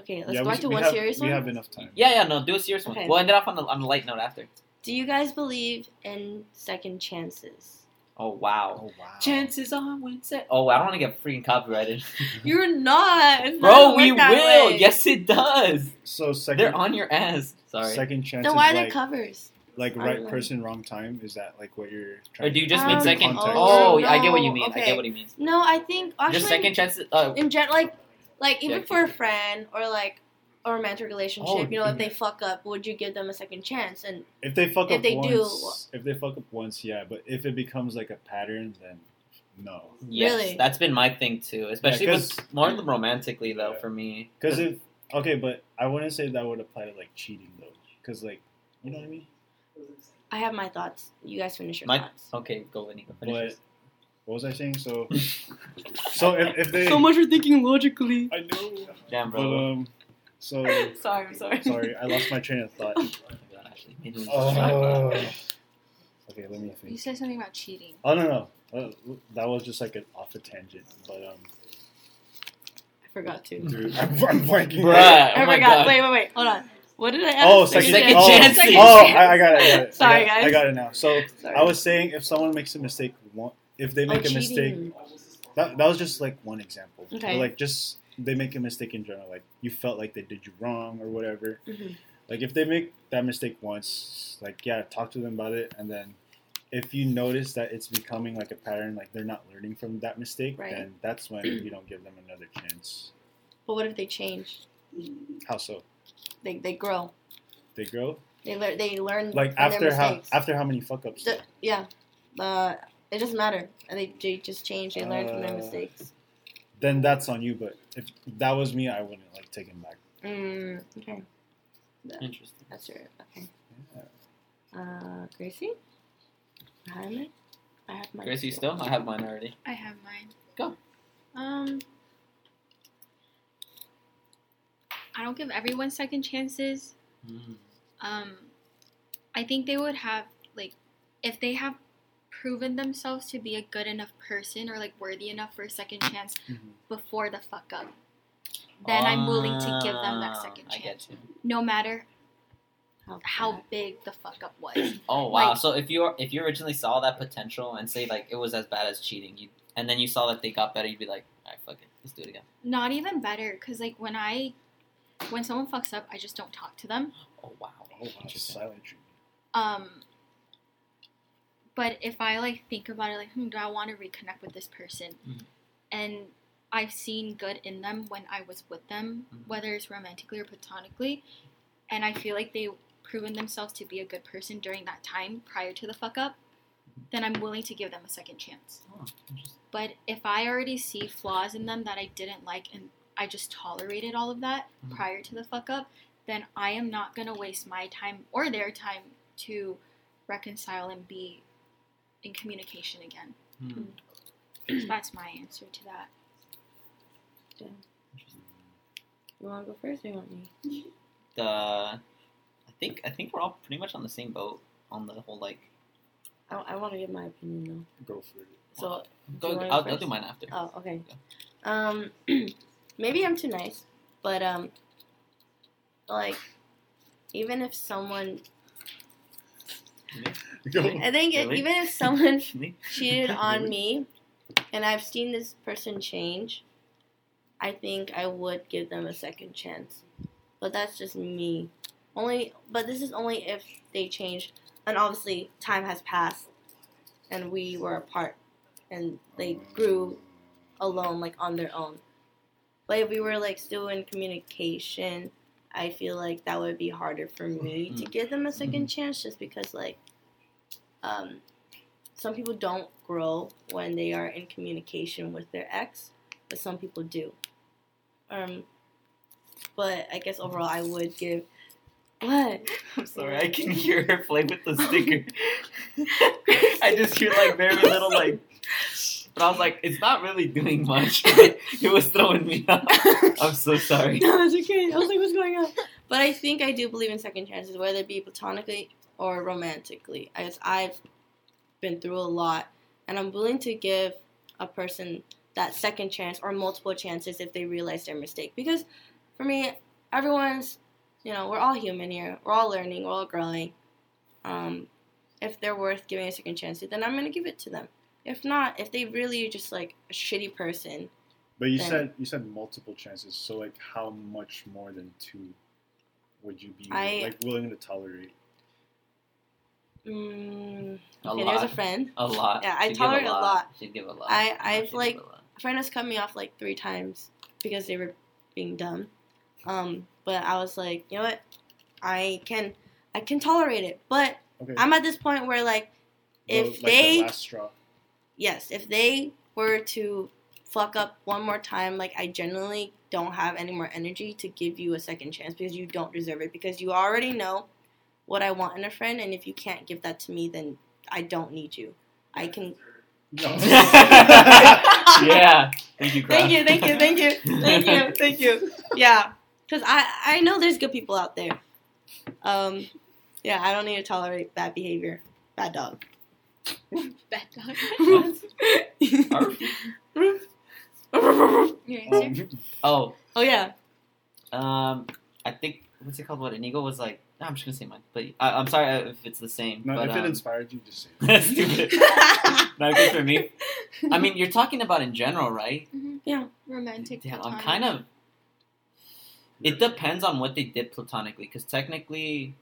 S1: Okay, let's
S5: yeah,
S1: go
S5: we,
S1: back to
S5: we
S1: one
S5: have,
S1: serious
S5: we
S1: one.
S5: have enough time.
S2: Yeah, yeah. No, do a serious one.
S1: Okay.
S2: We'll end it off on a, on a light note after.
S1: Do you guys believe in second chances?
S2: Oh wow.
S5: Oh wow.
S2: Chances on Wednesday. Oh, I don't want to get freaking copyrighted.
S1: You're not, It
S2: Bro,
S1: doesn't
S2: we
S1: work that
S2: will.
S1: way.
S2: Yes, it does.
S5: So second.
S2: They're on your ass. Sorry.
S5: Second chance
S1: Then
S5: is
S1: why are there
S5: like,
S1: covers?
S5: like
S1: I
S5: right
S1: don't know.
S5: person, wrong time. Is that like what you're?
S2: Or
S5: Trying
S2: do you just
S5: to
S2: mean
S1: Um,
S2: second?
S5: Context.
S2: Oh,
S1: oh,
S2: I get what you
S1: no,
S2: mean. I
S1: okay.
S2: get what you mean.
S1: No, I think actually
S2: Just second chances. Uh,
S1: in general, like, like even
S2: Yeah,
S1: for a friend or like a romantic relationship,
S5: Oh,
S1: you know, if they
S5: yeah.
S1: fuck up, would you give them a second chance? And
S5: If they fuck
S1: If
S5: up
S1: they do-
S5: once, if they fuck up once, yeah. But if it becomes like a pattern, then no.
S2: yes,
S1: Really?
S2: that's been my thing too. Especially
S5: 'cause-
S2: with more than romantically though
S5: Yeah.
S2: for me.
S5: Because if okay, but I wouldn't say that would apply to like cheating though. Because like, you know what I mean.
S1: I have my thoughts. You guys finish your
S2: My-
S1: thoughts.
S2: okay, go Lenny. Go finish
S5: But
S2: this.
S5: what was I saying? So, so if, if they
S1: much for thinking logically.
S5: I know.
S2: Damn,
S5: But
S2: bro. Oh
S5: um, so
S1: Sorry, sorry.
S5: sorry, I lost my train of thought.
S2: Oh my God, actually, made me distract.
S5: Oh. Okay, let me
S3: You
S5: think.
S3: said something about cheating.
S5: Oh no, no, uh, that was just like an off a tangent. But um,
S1: I forgot to.
S5: dude, I'm, I'm blanking.
S2: Bruh, oh
S1: I
S2: my
S1: forgot.
S2: god.
S1: Wait, wait, wait. Hold on. What did I ask?
S5: Oh, second,
S2: Second
S5: oh,
S2: chances.
S5: Oh, I, I got it. I got it.
S1: Sorry,
S5: I got, I
S1: guys.
S5: got it now. So
S1: Sorry.
S5: I was saying, if someone makes a mistake, one, if they
S1: Oh,
S5: make a mistake,
S1: cheating.
S5: that, that was just like one example. But,
S1: Okay.
S5: like just they make a mistake in general. Like you felt like they did you wrong or whatever.
S1: Mhm.
S5: Like if they make that mistake once, like yeah, talk to them about it, and then if you notice that it's becoming like a pattern, like they're not learning from that mistake,
S1: Right.
S5: then that's when you don't give them another chance.
S1: But what if they change?
S5: How so?
S1: They they grow.
S5: They grow.
S1: They learn. They learn. Mm-hmm.
S5: Like
S1: from
S5: after
S1: their
S5: how
S1: mistakes.
S5: after how many fuck ups?
S1: The- yeah. Uh, it doesn't matter. They, they just change. They learn from their
S5: Uh,
S1: mistakes.
S5: then that's on you. But if that was me, I wouldn't like take him back.
S1: Mm, okay.
S2: Interesting.
S1: That's your okay.
S5: oh,
S1: Uh, Gracie, Hyman, I have my.
S2: Gracie, you still? I have mine already.
S3: I have mine.
S2: Go.
S3: Um. I don't give everyone second chances. Um, I think they would have like, if they have proven themselves to be a good enough person or like worthy enough for a second chance before the fuck up, then I'm willing to give them that
S2: Ah,
S3: second
S2: I get
S3: chance,
S2: you.
S3: no matter
S1: How?
S3: how big the fuck up was.
S2: Oh wow!
S3: Like-
S2: so if you if you originally saw that potential and say like it was as bad as cheating, you and then you saw that they got better, you'd be like, all right, fuck it, let's do it again.
S3: Not even better, cause like when I, when someone fucks up, I just don't talk to them.
S2: Oh wow!
S5: Oh, wow, silent treatment.
S3: Um, but if I like think about it, like, hmm, do I want to reconnect with this person?
S2: Mhm.
S3: And I've seen good in them when I was with them,
S2: Mhm.
S3: whether it's romantically or platonically, and I feel like they proven themselves to be a good person during that time prior to the fuck up, then I'm willing to give them a second chance.
S2: Oh, interesting.
S3: But if I already see flaws in them that I didn't like and I just tolerated all of that
S2: Mhm.
S3: prior to the fuck up, then I am not going to waste my time or their time to reconcile and be in communication again.
S2: Hmm,
S3: That's my answer to that.
S2: interesting.
S1: You want to go first or you want me?
S2: The I think I think we're all pretty much on the same boat on the whole like.
S1: I, I want to give my opinion
S5: Go for it.
S1: though. So,
S2: Go,
S1: you wanna go
S2: I'll, I'll
S1: first?
S2: do mine after.
S1: oh, okay. Um, maybe I'm too nice, but um, like, even if someone,
S5: Go.
S1: I think
S2: Really?
S1: even if someone
S2: Me?
S1: cheated on
S2: Really?
S1: me and I've seen this person change, I think I would give them a second chance. But that's just me. Only but this is only if they changed and obviously time has passed and we were apart and they grew alone like on their own. But if we were like still in communication, I feel like that would be harder for me to give them a 2nd chance just because like um some people don't grow when they are in communication with their ex, but some people do. Um, but I guess overall, I would give what?
S2: I'm sorry, I can hear her play with the sticker. I just hear like very little like. But I was like, it's not really doing much. it was throwing me off. I'm so sorry.
S1: No, it's okay. I was like, what's going on? But I think I do believe in second chances, whether it be platonically or romantically. I guess I've been through a lot, and I'm willing to give a person that second chance or multiple chances if they realize their mistake. Because for me, everyone's, you know, we're all human here. We're all learning. We're all growing. Um, if they're worth giving a second chance to, then I'm gonna give it to them. If not, if they really just like a shitty person,
S5: But you
S1: Then-
S5: said you said multiple chances. So like, how much more than two would you be
S1: I-
S5: like willing to tolerate?
S1: mm,
S2: A
S1: okay, there's a
S2: lot.
S1: friend.
S2: A lot.
S1: Yeah, I
S2: She'd give
S1: tolerate a lot.
S2: She'd give a lot.
S1: I-
S2: Yeah,
S1: I've,
S2: she'd give a
S1: like-
S2: lot.
S1: a friend has cut me off like three times because they were being dumb. Um, but I was like, you know what? I can I can tolerate it. But
S5: Okay.
S1: I'm at this point where like if
S5: like
S1: they-
S5: the last straw.
S1: yes, if they were to fuck up one more time, like I generally don't have any more energy to give you a second chance because you don't deserve it because you already know what I want in a friend and if you can't give that to me then I don't need you. I can
S5: No.
S2: yeah. Thank you, Craft.
S1: Thank you, thank you, thank you, thank you, thank you. Yeah, because I I know there's good people out there. Um, yeah, I don't need to tolerate bad behavior, bad dog.
S3: Bad dog.
S2: Arf.
S1: oh
S3: Your answer?
S5: Um,
S2: Oh,
S1: yeah,
S2: um, I think what's it called? What Inigo was like. No, I'm just gonna say mine. But I, I'm sorry uh, if it's the same.
S5: no,
S2: but,
S5: if it
S2: um,
S5: inspired you, just say. it.
S2: stupid. Not good for me. I mean, you're talking about in general, right?
S3: Romantic.
S2: Yeah, I'm
S3: platonic.
S2: kind of. It depends on what they did platonically, because technically,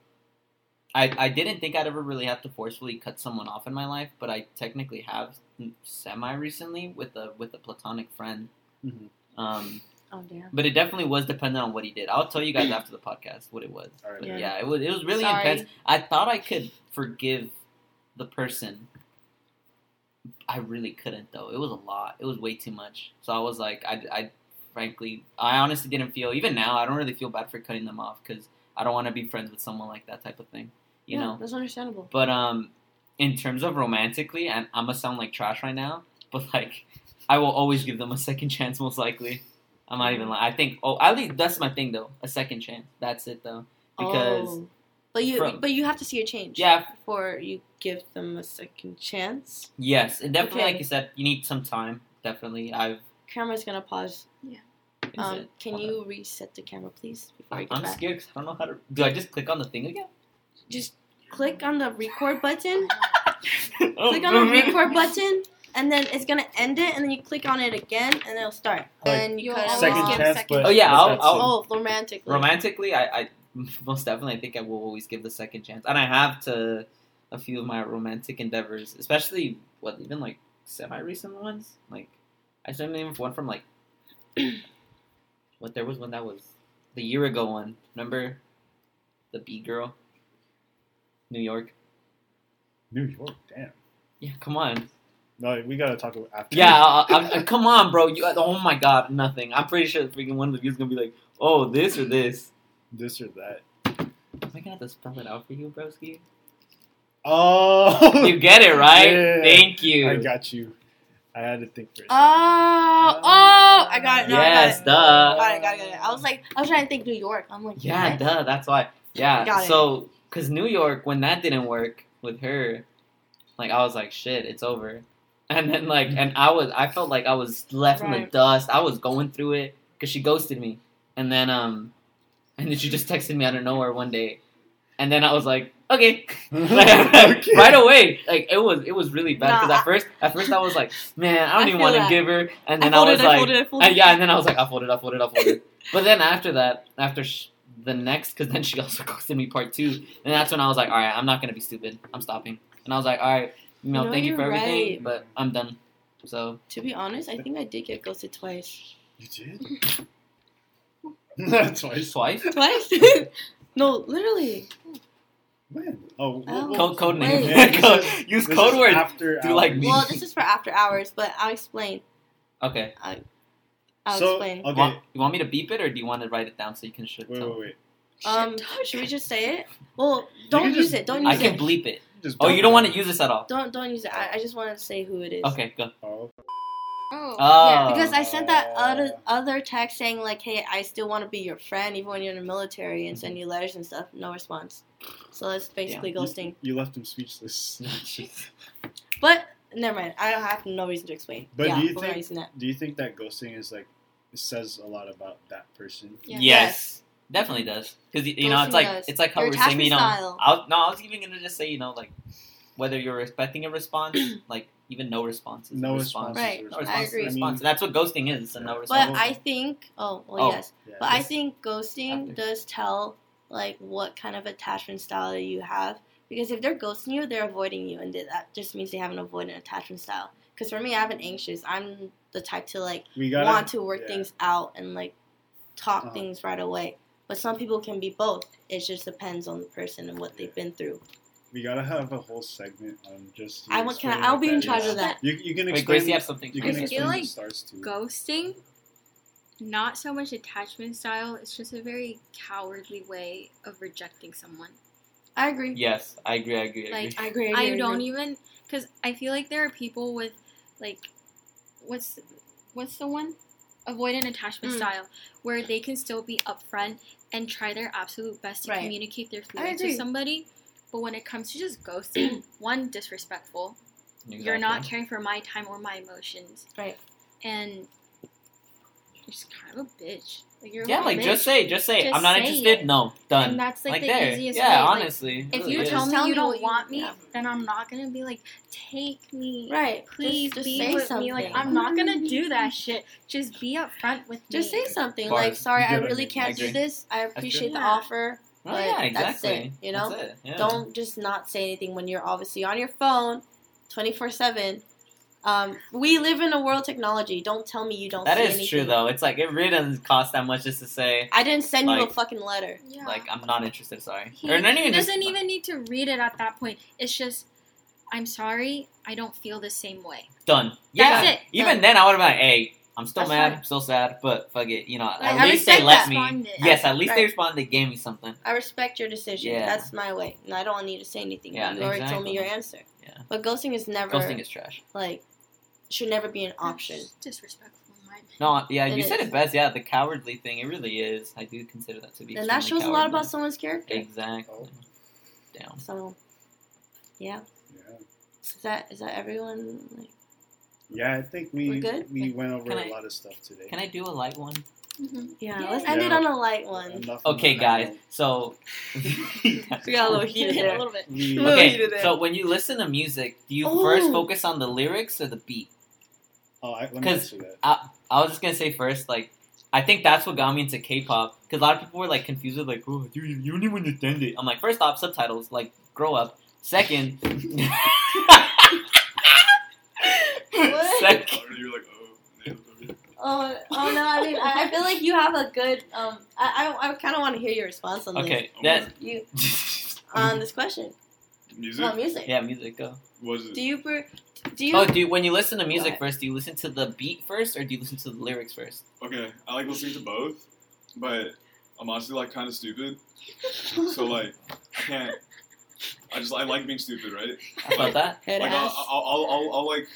S2: I I didn't think I'd ever really have to forcefully cut someone off in my life, but I technically have semi recently with a with a platonic friend.
S5: Mhm.
S2: Um,
S1: oh damn.
S2: but it definitely was dependent on what he did. I'll tell you guys after the podcast what it was.
S5: All right.
S2: But
S1: Yeah.
S2: yeah. it was it was really
S1: Sorry.
S2: intense. I thought I could forgive the person. I really couldn't though. It was a lot. It was way too much. So I was like, I, I frankly, I honestly didn't feel. Even now, I don't really feel bad for cutting them off because I don't want to be friends with someone like that type of thing. You
S1: yeah,
S2: know.
S1: that's understandable.
S2: But um, in terms of romantically, and I'm gonna sound like trash right now, but like, I will always give them a second chance, most likely. I'm not even like I think. Oh, at least that's my thing though. A second chance. That's it though. Because
S1: Oh. But you,
S2: from-
S1: but you have to see a change.
S2: Yeah.
S1: Before you give them a second chance.
S2: yes, and definitely,
S1: Okay.
S2: like you said, you need some time. Definitely, I've.
S1: Camera's gonna pause.
S2: is
S1: Um,
S2: it-
S1: can
S2: hold on.
S1: you reset the camera, please? Before you get
S2: I'm
S1: back.
S2: scared 'cause I don't know how to. Do I just click on the thing again?
S1: Just click on the record button.
S2: Oh,
S1: click on the record button and then it's gonna end it and then you click on it again and it'll start
S5: Like,
S1: and you
S3: You'll
S1: cut it
S3: always
S5: second
S1: off.
S3: give
S5: chance,
S3: second-
S5: but
S2: Oh, yeah,
S5: but
S2: I'll-
S5: that's it.
S2: I'll-
S1: oh romantically
S2: romantically I, I most definitely i think i will always give the second chance and i have to a few of my romantic endeavors especially what even like semi-recent ones like i still remember one from like what there was one that was the year ago one remember the b girl New York.
S5: New York, damn.
S2: Yeah, come on.
S5: No, we gotta talk about after.
S2: Yeah, I, I, I- come on, bro. You, oh my God, nothing. I'm pretty sure freaking one of the views gonna be like, oh, this or this.
S5: this or that.
S2: Am I gonna have to spell it out for you, broski?
S5: Oh,
S2: You get it right.
S5: Yeah.
S2: Thank you.
S5: I got you. I had to think for a second.
S1: Oh, oh, I got it. No,
S2: yes,
S1: I got it.
S2: duh.
S1: Got it, got it, got it. I was like, I was trying to think New York. I'm like,
S2: Yeah,
S1: what?
S2: duh. That's why. Yeah.
S1: Got it.
S2: so, cause New York, when that didn't work with her, like I was like, shit, it's over. And then like, and I was, I felt like I was left in the
S1: Right.
S2: dust. I was going through it because she ghosted me, and then um, and then she just texted me out of nowhere one day, and then I was like, okay, Like,
S5: Okay.
S2: right away. Like it was, it was really bad. Cause
S1: Nah,
S2: at
S1: I-
S2: first, at first I was like, man, I don't
S1: I
S2: even
S1: feel
S2: want to
S1: that.
S2: give her. And
S1: I
S2: then I,
S1: folded,
S2: was
S1: I
S2: like,
S1: folded, I folded.
S2: and yeah, and then I was like, I folded, I folded, I folded. but then after that, after sh- the next, because then she also ghosted me part two, and that's when I was like, all right, I'm not gonna be stupid. I'm stopping. And I was like, all right, you know,
S1: No,
S2: thank you
S1: you're
S2: for everything,
S5: right.
S2: but I'm done. So
S1: To be honest, I think I did get ghosted twice.
S5: You did? That's twice.
S2: twice.
S1: Twice? no, literally.
S5: When? Oh, wh-
S1: Oh.
S5: wh-
S2: Code, code name.
S1: Wait.
S2: Code- use
S5: this is
S2: code word.
S5: after
S2: Do like
S5: hours.
S2: me.
S1: Well, this is for after hours, but I'll explain.
S2: Okay.
S1: I'll
S5: so,
S1: explain.
S5: Okay.
S2: Want, you want me to beep it, or do you want to write it down so you can shit?
S5: Wait,
S2: tell?
S5: wait, wait.
S1: Um, should we just say it? Well, don't
S5: can
S1: use
S5: just-
S1: it. Don't
S5: you
S2: I
S1: use
S2: can
S1: it.
S2: bleep it.
S5: Just
S2: Oh, you don't want to
S5: it.
S2: use this at all.
S1: Don't don't use it. I, I just want to say who it is.
S2: Okay, go.
S5: Oh,
S3: Oh,
S2: Oh.
S1: Because I sent that other other text saying like, "Hey, I still want to be your friend even when you're in the military," and send you letters and stuff. No response. So that's basically
S5: you-
S1: ghosting.
S5: You, left him speechless.
S1: But never mind. I don't have no reason to explain.
S5: But
S1: yeah,
S5: do you
S1: we're
S5: think-
S1: not using that.
S5: Do you think that ghosting is like it says a lot about that person?
S3: Yeah.
S2: Yes. Definitely does. Because you know, it's
S1: Definitely
S2: like
S1: does.
S2: it's like how
S1: Your
S2: we're saying, you know,
S1: attachment style.
S2: I'll, no, I was even gonna just say, you know, like whether you're expecting a response, like even no response is a
S5: No
S2: response.
S5: response.
S1: Right.
S5: is a
S2: No
S5: response.
S2: response is a
S1: agree. I mean-
S2: response. That's what ghosting is. It's a no
S5: But
S2: response.
S1: But
S5: Someone-
S1: I think. Oh well,
S2: Oh.
S1: yes.
S5: Yeah,
S1: But I
S5: this-
S1: think ghosting
S2: After.
S1: does tell like what kind of attachment style that you have. Because if they're ghosting you, they're avoiding you, and that just means they have an avoidant attachment style. Because for me, I have an anxious. I'm the type to like
S5: we gotta,
S1: want to work
S5: yeah.
S1: things out and like talk
S5: Uh-huh.
S1: things right away. But some people can be both. It just depends on the person and what they've been through.
S5: We gotta have a whole segment on just. you
S1: I will, can.
S5: explaining
S1: I, I'll
S5: what
S1: be in
S5: that
S1: charge
S5: is.
S1: of that.
S5: You, you can
S2: Wait,
S5: explain.
S2: Gracie, you have something.
S5: you
S3: I
S5: can
S3: feel
S2: Okay.
S5: explain
S3: like
S5: the stars to it.
S3: ghosting not so much attachment style it's just a very cowardly way of rejecting someone
S1: I agree.
S2: Yes, I agree. I agree. I agree.
S3: Like,
S1: I agree. agree,
S3: i don't
S1: agree.
S3: even because i feel like there are people with like what's what's the one avoidant attachment
S1: Mm.
S3: style where they can still be upfront and try their absolute best to
S1: Right.
S3: communicate their feelings to
S1: agree.
S3: somebody but when it comes to just ghosting one disrespectful you're
S2: Exactly.
S3: not caring for my time or my emotions.
S1: Right.
S3: And you're just kind of a bitch. Like you're a
S2: Yeah,
S3: little
S2: like
S3: bitch.
S2: just say, just say,
S3: Just
S2: I'm not
S3: say
S2: interested.
S3: it.
S2: No, done.
S3: And that's like, the
S2: there.
S3: easiest
S2: yeah,
S3: way.
S2: honestly. it
S3: Like, if
S2: really
S3: you
S2: is.
S3: tell
S1: Just
S3: me
S1: tell
S3: you
S1: me
S3: don't
S1: what you-
S3: want me,
S1: yeah.
S3: then I'm not gonna be like, take me.
S1: Right.
S3: Please
S1: just, just
S3: be
S1: say
S3: with
S1: something.
S3: me. Like I'm not gonna do that shit. Just be upfront with
S1: Just
S3: me.
S1: say something
S2: Bars.
S1: like, "Sorry,
S5: You
S1: I
S5: get what I
S1: really
S5: mean.
S2: I
S1: can't do
S2: agree.
S1: this. I appreciate the
S3: Yeah.
S1: offer.
S2: Oh, yeah,
S1: Like, that's
S2: exactly.
S1: it, you know?
S2: That's it, yeah.
S1: Don't just not say anything when you're obviously on your phone, twenty four seven. Um, we live in a world of technology. Don't tell me you don't.
S2: That
S1: see
S2: is
S1: anything.
S2: true though. It's like it really doesn't cost that much just to say
S1: I didn't send you a
S2: Like-
S1: fucking letter.
S3: Yeah.
S2: like I'm not interested. Sorry,
S3: He,
S2: or not
S3: he
S2: even just-
S3: doesn't even need to read it at that point. It's just, I'm sorry, I don't feel the same way.
S2: done. Yeah,
S3: That's it.
S2: even then I would have been like, hey, I'm still
S3: That's
S2: mad,
S3: fine.
S2: I'm still sad, but fuck it, you know. at
S1: I
S2: least they
S1: respect
S2: let
S1: that.
S2: me.
S3: Responded.
S2: Yes, at least they
S1: Right.
S2: responded. They gave me something.
S1: I respect your decision.
S2: Yeah.
S1: That's my way. And I don't need to say anything.
S2: Yeah,
S1: you already told me
S2: exactly.
S1: your answer.
S2: Yeah.
S1: But ghosting is never
S2: Ghosting is trash.
S1: like should never be an option.
S3: That's Disrespectful. in my opinion.
S2: No, yeah,
S1: It
S2: you said
S1: is.
S2: it best. Yeah, the cowardly thing. It really is. I do consider that to be.
S1: And that
S2: extremely
S1: shows a lot
S2: cowardly.
S1: about someone's character.
S2: Exactly. Damn.
S1: So, yeah.
S5: Yeah.
S1: Is that is that everyone? Like,
S5: Yeah, I think
S1: We're
S5: we
S1: good?
S5: we went over
S2: Can
S5: a
S2: I-
S5: lot of stuff today.
S2: Can I do a light one?
S1: e- yeah,
S3: Yeah.
S1: Let's end it
S5: Yeah.
S1: on a light one.
S5: Enough on
S2: Okay,
S5: that
S2: guys.
S5: note.
S2: So.
S1: We got a little heated
S3: a
S1: there.
S3: little bit.
S5: We,
S1: Look.
S2: okay,
S1: you did it.
S2: so when you listen to music, do you
S1: Ooh.
S2: first focus on the lyrics or the beat?
S5: oh, I, let me
S2: 'Cause-
S5: answer that.
S2: I was just gonna say first, like, I think that's what got me into K-pop because a lot of people were like confused with like, oh, dude, you don't even understand it. I'm like, first off, subtitles, like, grow up. Second, second,
S4: Or you're like, oh, and they look
S1: Oh, oh no! I mean, I, I feel like you have a good. Um, I I, I kind of want to hear your response on
S2: okay,
S4: Oh,
S2: that
S1: this. You on this question?
S4: Music?
S1: Well, music.
S2: Yeah, music. Go.
S4: What is it?
S1: Do you pre- do you
S2: Oh, do you, when you listen to music
S1: What?
S2: first, do you listen to the beat first or do you listen to the lyrics first?
S4: Okay, I like listening to both, but I'm honestly like kind of stupid. So like, I can't. I just I like being stupid, right?
S2: I thought that.
S1: head
S4: Like I'll,
S1: ass?
S4: I'll, I'll, I'll, I'll like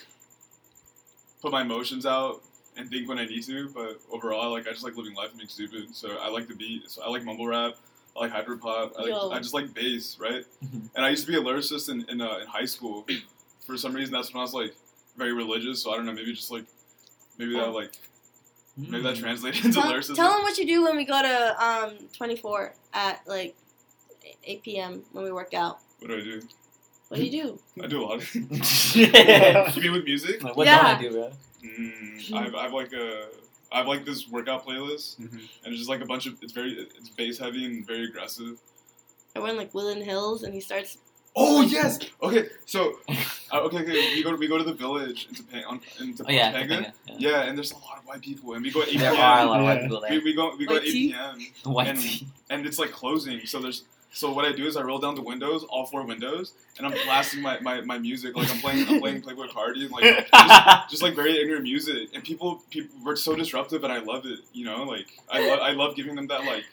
S4: put my emotions out and think when I need to, but overall, like I just like living life and being stupid. So I like the beat. So I like mumble rap. I like hyper pop. I,
S1: Yo.
S4: like, I just like bass, right?
S2: Mhm.
S4: And I used to be a lyricist in in, uh, in high school. For some reason, that's when I was like very religious. So I don't know. Maybe just like maybe that like maybe that
S2: Mm.
S4: translated into
S1: tell,
S4: lyricism.
S1: tell them what you do when we go to um 24 at like 8 p.m. when we work out.
S4: What do I do?
S1: What do you do?
S4: I do a lot.
S2: like,
S4: you mean with music?
S2: what
S1: Yeah.
S2: don't I do, bro?
S4: Mm, I've, I've like a I've like this workout playlist,
S5: Mm-hmm.
S4: and it's just like a bunch of it's very it's bass heavy and very aggressive.
S1: I went like Woodland Hills and he starts.
S4: Oh yes. Okay, so uh, okay, okay, we go we go to the village in Topanga. On, in Topanga.
S2: Oh yeah, Topanga, yeah.
S4: Yeah, and there's a lot of white people, and we go at 8
S2: There
S4: p.m.
S2: are a lot of
S5: Yeah.
S2: white people
S4: we,
S2: there.
S4: we go we go at
S1: White
S4: 8
S1: tea?
S4: p.m.
S2: White.
S4: and- and it's like closing. So there's so what I do is I roll down the windows, all four windows, and I'm blasting my, my, my music like I'm playing I'm playing Playboy Cardi and like just, just like very ignorant music. And people people were so disruptive, and I love it. You know, like I lo- I love giving them that like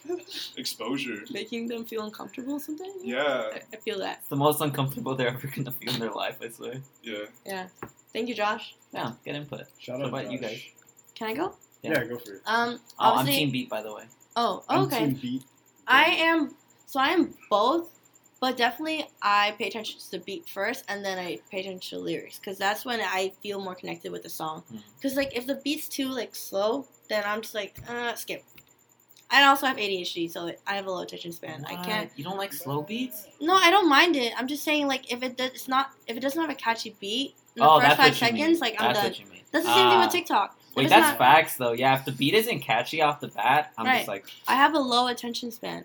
S4: exposure.
S1: Making them feel uncomfortable sometimes?
S4: Yeah,
S1: I, I feel that.
S2: It's the most uncomfortable they're ever gonna feel in their life. I swear.
S4: yeah.
S1: Yeah. Thank you, Josh.
S2: Yeah, get input.
S5: Shout
S2: What
S5: out
S2: about you
S5: Josh.
S2: guys?
S1: Can I go?
S2: Yeah.
S5: Yeah. go for it.
S1: Um,
S2: Oh, I'm
S1: obviously.
S2: Team Beat, by the way.
S1: Oh,
S5: I'm
S1: okay.
S5: team beat.
S1: I am. So I am both, but definitely I pay attention to the beat first, and then I pay attention to lyrics, because that's when I feel more connected with the song.
S2: Mm.
S1: Because like if the beat's too like slow, then I'm just like uh, skip. I also have ADHD, so I have a low attention span. I
S2: What?
S1: can't.
S2: You don't like slow beats?
S1: No, I don't mind it. I'm just saying like if it does, it's not if it doesn't have a catchy beat in the
S2: oh,
S1: first five
S2: that's what you mean.
S1: seconds, like I'm
S2: that's
S1: done.
S2: what you mean.
S1: That's the same thing
S2: Ah.
S1: with TikTok. If
S2: Wait,
S1: it's
S2: that's
S1: not-
S2: facts though. Yeah, if the beat isn't catchy off the bat, I'm just like,
S1: I have a low attention span.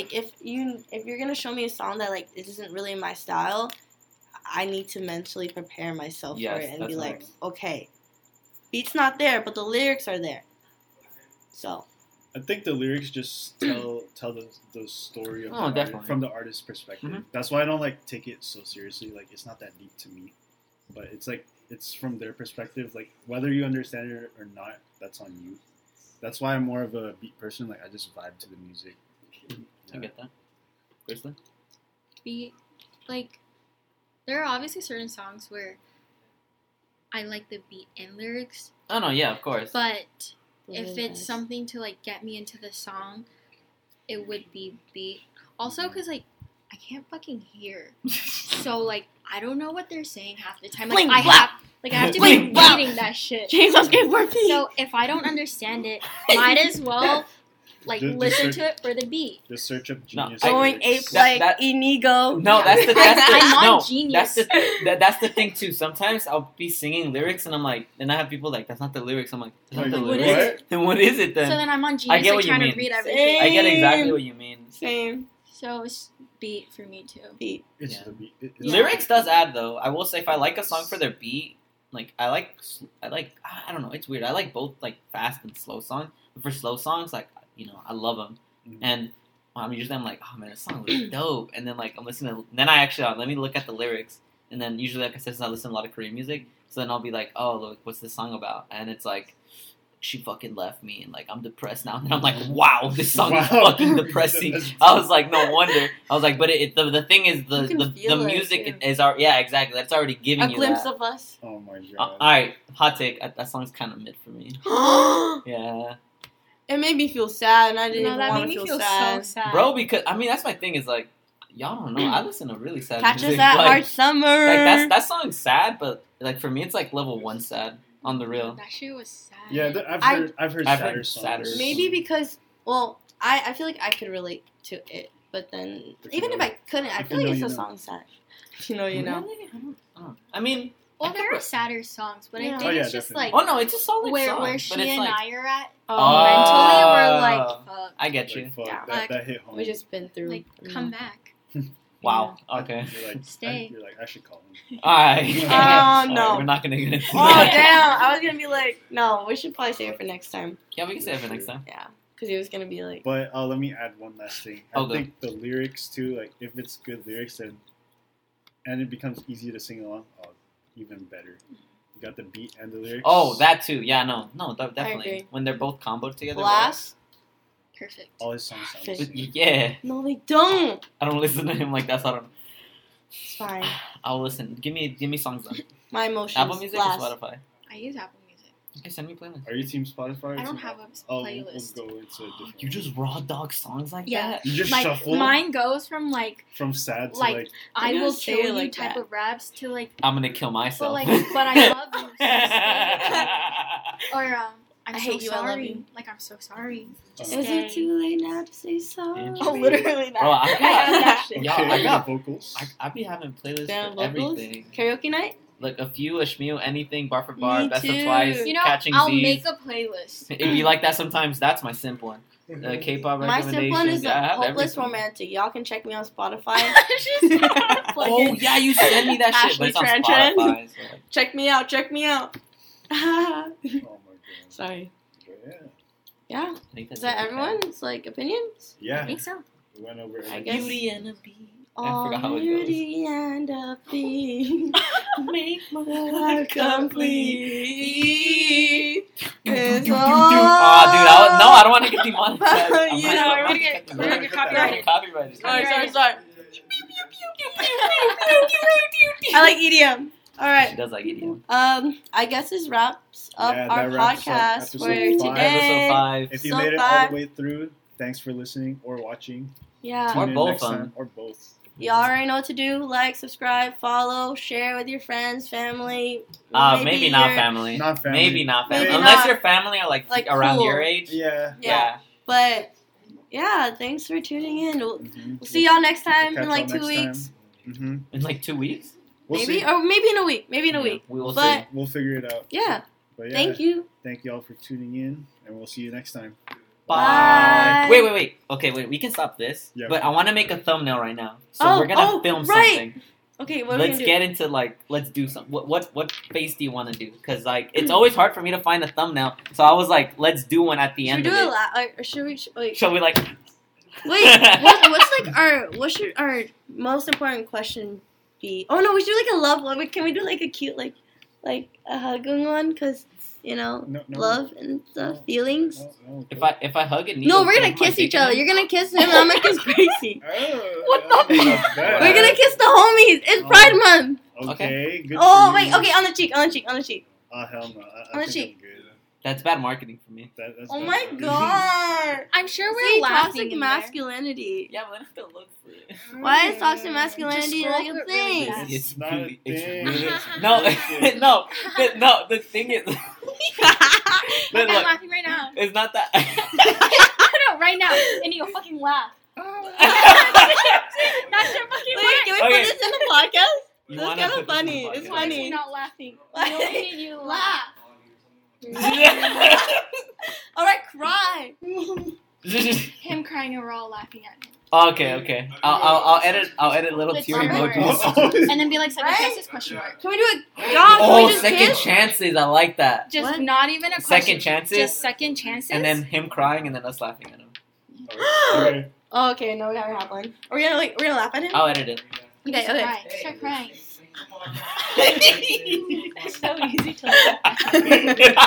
S1: Like if you if you're gonna show me a song that like it isn't really my style, I need to mentally prepare myself
S2: Yes,
S1: for it and
S2: that's
S1: be like,
S2: nice.
S1: okay, beat's not there, but the lyrics are there. So
S5: I think the lyrics just tell tell the, the story of
S2: Oh,
S5: the artist-
S2: definitely.
S5: from the artist's perspective.
S2: Mhm.
S5: That's why I don't like take it so seriously. Like it's not that deep to me, but it's like it's from their perspective. Like whether you understand it or not, that's on you. That's why I'm more of a beat person. Like I just vibe to the music.
S2: I get that. Kristen?
S3: be like there are obviously certain songs where I like the beat and lyrics,
S2: Oh no, yeah, of course.
S3: but
S1: the
S3: if
S1: lyrics.
S3: it's something to like get me into the song, it would be beat. Also,
S2: Mm.
S3: cause like I can't fucking hear, so like I don't know what they're saying half the time. Like
S1: Bling,
S3: I
S1: blap.
S3: have, like I have to be
S1: Bling,
S3: reading
S1: blap.
S3: that shit.
S1: Jesus gave word peace.
S3: So if I don't understand it, might as well like
S5: Just- just
S3: listen
S5: search-
S3: to it for the beat.
S5: Just search up
S2: No,
S5: genius.
S2: I-
S1: going ape
S5: lyrics.
S2: That-
S1: like
S2: that-
S1: Inigo.
S2: No, that's the that's the,
S3: I'm not
S2: no,
S3: genius.
S2: That's the that, that's the thing too. Sometimes I'll be singing lyrics and I'm like, and I have people like, that's not the lyrics. I'm like, that's not the
S5: Like,
S3: what
S2: lyrics.
S3: is
S2: Then what is it then?
S3: so then I'm on genius
S2: I get
S3: like,
S2: what you
S3: trying
S2: mean.
S3: to read
S1: Same.
S3: everything.
S2: I get exactly what you mean.
S1: same
S3: So it's beat for me too.
S1: beat.
S5: It's
S2: Yeah.
S5: the beat. It- it's
S2: Lyrics does add though. I will say if I like a song for their beat, like I like I like I don't know, it's weird. I like both like fast and slow songs. But for slow songs, like you know, I love them.
S5: Mhm.
S2: And I'm usually I'm like, oh man, this song was dope. And then like I'm listening to, then I actually uh, let me look at the lyrics. And then usually like I said, since I listen to a lot of Korean music, so then I'll be like, oh look, what's this song about? And it's like. She fucking left me, and like I'm depressed now. And I'm like, wow, this song is
S5: Wow.
S2: fucking depressing.
S5: That's-
S2: I was like, no wonder. I was like, but it, it the, the thing is the
S1: You can
S2: the, the
S1: feel it,
S2: music
S1: too.
S2: is our yeah exactly that's already giving
S1: A
S2: you
S1: glimpse
S2: that.
S1: of us.
S5: Oh my god.
S2: Uh, all right, hot take. That, that song's kind of mid for me. Yeah,
S1: it made me feel sad, and I didn't
S3: No,
S1: even
S3: that
S1: want
S3: made
S1: to
S3: me
S1: feel,
S3: feel
S1: sad.
S3: so sad.
S2: bro. Because I mean, that's my thing. Is like, y'all don't know. I listen to really sad
S1: Catch us
S2: music.
S1: at
S2: like,
S1: Hard Summer.
S2: like that's that song's sad, but like for me, it's like level one sad on the real.
S3: That shit was sad.
S5: Yeah, th- I've
S1: I-
S5: heard. I, have heard
S2: I've
S5: sadder
S2: heard
S5: songs.
S2: sadder.
S1: Maybe because well, I, I feel like I could relate to it, but then
S5: If you
S1: even
S5: know-
S1: if I couldn't, I
S5: if
S1: feel
S5: you
S1: like
S5: know,
S1: it's
S5: you
S1: a song
S5: know.
S1: sad. If You know, you know.
S2: Really? I don't- I don't- I mean,
S3: well, there are sadder songs, but
S1: Yeah.
S3: I think
S5: Oh, yeah,
S3: it's just
S5: definitely.
S3: like
S2: oh no, it's a solid
S3: where
S2: song.
S3: where
S2: but
S3: she
S2: it's
S3: and
S2: like,
S3: I are at
S2: Ah.
S3: mentally. We're like, fuck,
S2: I get you.
S5: Like, fuck,
S1: Yeah,
S5: that,
S3: like,
S5: that hit home.
S1: We just been through.
S3: like
S1: you
S3: come
S1: know.
S3: back.
S2: Wow. Okay.
S5: You're like,
S3: Stay.
S5: I, you're like, I should call him.
S2: All right.
S1: Oh, no.
S2: Alright, we're not gonna get into
S1: Oh
S2: that.
S1: damn! I was gonna be like, no, we should probably save it for next time.
S2: Yeah, we can save it next time.
S1: Yeah, because he was gonna be like,
S5: But uh, let me add one last thing. I
S2: Oh, go.
S5: think the lyrics too. Like, if it's good lyrics, then and it becomes easy to sing along. Oh, even better. You got the beat and the lyrics.
S2: Oh, that too. Yeah, no, no, de-
S1: agree.
S2: definitely. When they're both comboed together.
S1: Blast?
S3: Perfect.
S5: All his songs sound the
S2: well,
S5: same.
S2: Yeah,
S1: No, they don't.
S2: I don't listen to him like that. So I don't.
S1: It's fine.
S2: I'll listen. Give me, give me songs on
S1: My emotions.
S2: Apple Music
S1: Blast.
S2: or Spotify.
S3: I use Apple Music.
S2: Okay, send me a playlist.
S5: Are you team Spotify? or
S3: I don't
S5: team
S3: have a
S5: Apple? Oh, we'll, we'll
S3: playlist.
S5: go into a different.
S2: You just raw dog songs like
S3: Yeah.
S2: that.
S5: you just
S3: Like
S5: shuffle
S3: mine goes from like
S5: from sad to
S3: like,
S5: like,
S3: I
S1: don't
S3: will
S1: say
S3: kill
S1: it
S3: you
S1: like
S3: type
S1: that.
S3: of raps to like
S2: I'm gonna kill
S3: but
S2: myself.
S3: like but I love you so stay- or um I'm
S1: I
S3: so
S1: hate you, I love
S3: sorry.
S1: you.
S3: Like I'm so sorry.
S5: Is
S1: Is it too late now to say sorry? Oh,
S2: Interesting.
S1: literally not.
S2: Bro, Oh, I-
S1: I have that shit.
S5: okay,
S2: Yeah, I got-
S5: vocals.
S1: Oh
S2: I, I be having playlists
S1: Damn
S2: for
S1: vocals.
S2: everything.
S1: Karaoke night?
S2: Like a few, a shmew, anything, bar for bar,
S1: Me
S2: best
S1: too.
S2: of twice,
S1: You
S3: You know,
S2: catching
S3: I'll
S2: Z's.
S3: make a playlist.
S2: if you like that, sometimes that's my simp one. Uh, K-pop
S1: My simple
S2: recommendations.
S1: one is
S2: yeah, I
S1: a
S2: have
S1: hopeless
S2: everything.
S1: romantic. Y'all can check me on Spotify.
S3: She's
S2: Oh yeah, you send me that shit, but it's on
S1: Ashley Tran Tran.
S2: Spotify. So like,
S1: check me out. Check me out.
S5: oh my god.
S1: Sorry.
S5: Yeah.
S1: Yeah.
S2: I think that's
S1: Is that
S2: it.
S1: everyone's like opinions?
S3: I
S5: Yeah.
S3: think so.
S5: We went over.
S1: I
S5: everything.
S1: guess-
S2: Beauty and a Beast. I
S1: All
S2: forgot how it goes.
S1: beauty and a beast make my life complete.
S2: Do, do, do,
S1: It's
S2: do, do.
S1: all
S2: Aw, dude, I was, no, I don't want to get demonetized. I'm
S1: You
S2: not-
S1: know,
S2: I'm
S1: we're
S2: not
S1: gonna
S3: get-
S2: getting
S3: we're gonna get
S2: demonetized. Copyrighted.
S1: Sorry, sorry,
S3: Alright.
S1: sorry. I like EDM. All
S2: She
S1: right.
S2: does like EDM.
S1: Um, I guess this wraps up
S5: Yeah,
S1: our
S5: that wraps up
S1: podcast for
S5: episode five.
S1: today.
S2: Episode five.
S5: If you
S1: So
S5: made it all
S1: bad.
S5: the way through, thanks for listening or watching.
S1: Yeah.
S2: Or
S5: Tune in
S2: both
S5: next
S2: of 'em.
S5: time, or both.
S1: Y'all already know what to do. Like, subscribe, follow, share with your friends, family.
S2: Uh, maybe, not
S1: your-
S2: family.
S5: Not family.
S2: Maybe not family.
S5: Maybe
S2: Unless
S1: not.
S2: your family are like,
S1: Like,
S2: around
S1: cool.
S2: your age.
S5: Yeah.
S1: Yeah. But yeah, thanks for tuning in. We'll,
S5: Mhm.
S1: we'll see y'all next time
S5: We'll catch
S1: in like
S5: y'all
S1: two
S5: next
S1: weeks.
S5: time. Mhm.
S2: In like two weeks.
S5: We'll
S1: maybe
S5: see.
S1: or maybe in a week. Maybe in a week.
S2: We will
S1: But-
S2: see.
S5: We'll figure it out.
S1: Yeah.
S5: But yeah,
S1: Thank you.
S5: Thank y'all for tuning in, and we'll see you next time.
S1: Bye.
S2: Wait, wait, wait. Okay, wait. We can stop this.
S5: Yeah.
S2: But I want to make a thumbnail right now. So
S1: Oh,
S2: we're gonna
S1: oh,
S2: film
S1: right.
S2: something.
S1: Okay, what are
S2: let's
S1: we gonna
S2: get into like let's do some what what what face do you want to do because like it's always hard for me to find a thumbnail so i was like let's do one at the
S1: do? Should we
S2: end
S1: do
S2: of
S1: a
S2: it
S1: lot? Or, or should we? Sh- wait,
S2: shall we like
S1: wait. what, what's like our what should our most important question be? Oh no, we should do like a love one. Can we do like a cute like like a hugging one? Cause you know
S5: No, Oh, no,
S1: love and stuff,
S5: No.
S1: feelings.
S5: No, no,
S2: if i if i hug it
S1: No, we're gonna kiss each other. You're gonna kiss him, and I'm gonna kiss Gracie.
S5: Oh,
S1: What the-
S5: that's bad.
S1: We're gonna kiss the homies. It's
S5: Oh.
S1: Pride Month.
S5: Okay. Good
S1: Oh
S5: for
S1: wait,
S5: you.
S1: okay, on the cheek, on the cheek, on the cheek.
S5: Oh hell no. I,
S1: On
S5: I
S1: the
S5: think I'm good.
S2: that's bad marketing for me
S5: That, that's
S1: Oh
S5: bad.
S1: my god.
S3: I'm sure we're
S1: See,
S3: laughing.
S1: toxic
S3: in there.
S1: masculinity.
S2: yeah but it still looks
S1: Why is toxic
S3: Mm.
S1: masculinity
S3: Just
S1: like
S3: scroll
S1: a
S3: it really
S1: thing?
S3: fast.
S2: it's,
S5: It's not a
S2: really, it's
S5: thing.
S2: really
S5: It's
S2: no no
S5: not
S2: the- no the thing is look,
S3: Like, I'm
S2: look,
S3: laughing right now.
S2: it's not that
S3: no, right now. And you'll fucking laugh. That's your fucking
S1: Wait,
S3: laugh.
S1: can we
S2: Okay.
S1: put this in the podcast?
S2: You
S1: That's
S2: wanna
S1: kinda
S2: put this in the
S1: funny. It's
S2: podcast?
S3: Why is
S1: funny.
S3: he not laughing?
S1: Why-
S3: We only need you to laugh.
S1: Laugh. Alright, cry.
S3: Him crying and we're all laughing at him.
S2: okay okay I'll, I'll i'll edit i'll edit little
S3: It's
S2: tear
S3: on
S2: emojis
S3: there.
S5: Oh,
S3: And then be like, second
S1: Right?
S3: chances question mark.
S1: Can we do it? God, can
S2: Oh,
S1: we just
S2: second
S1: kiss?
S2: chances. I like that.
S3: Just
S1: What?
S3: not even a
S2: Second
S3: question.
S2: chances?
S3: Just second chances.
S2: And then him crying and then us laughing at him.
S5: okay.
S1: Oh, okay, no, we gotta have one. Are we gonna like we're gonna laugh at him?
S2: I'll edit it.
S3: You
S1: Okay,
S3: just
S1: okay.
S3: cry. Start crying. It's so
S2: so
S3: easy to laugh.
S5: Dude, I can't-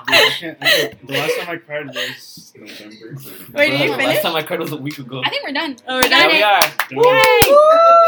S5: I can't- the last time I cried was November.
S1: Wait, did you
S2: Last
S1: finish?
S2: time I cried was a week ago.
S3: I think we're done.
S1: Oh, we're
S3: We got
S1: done?
S2: There
S3: it.
S2: we are.
S5: Don't-
S1: Woo!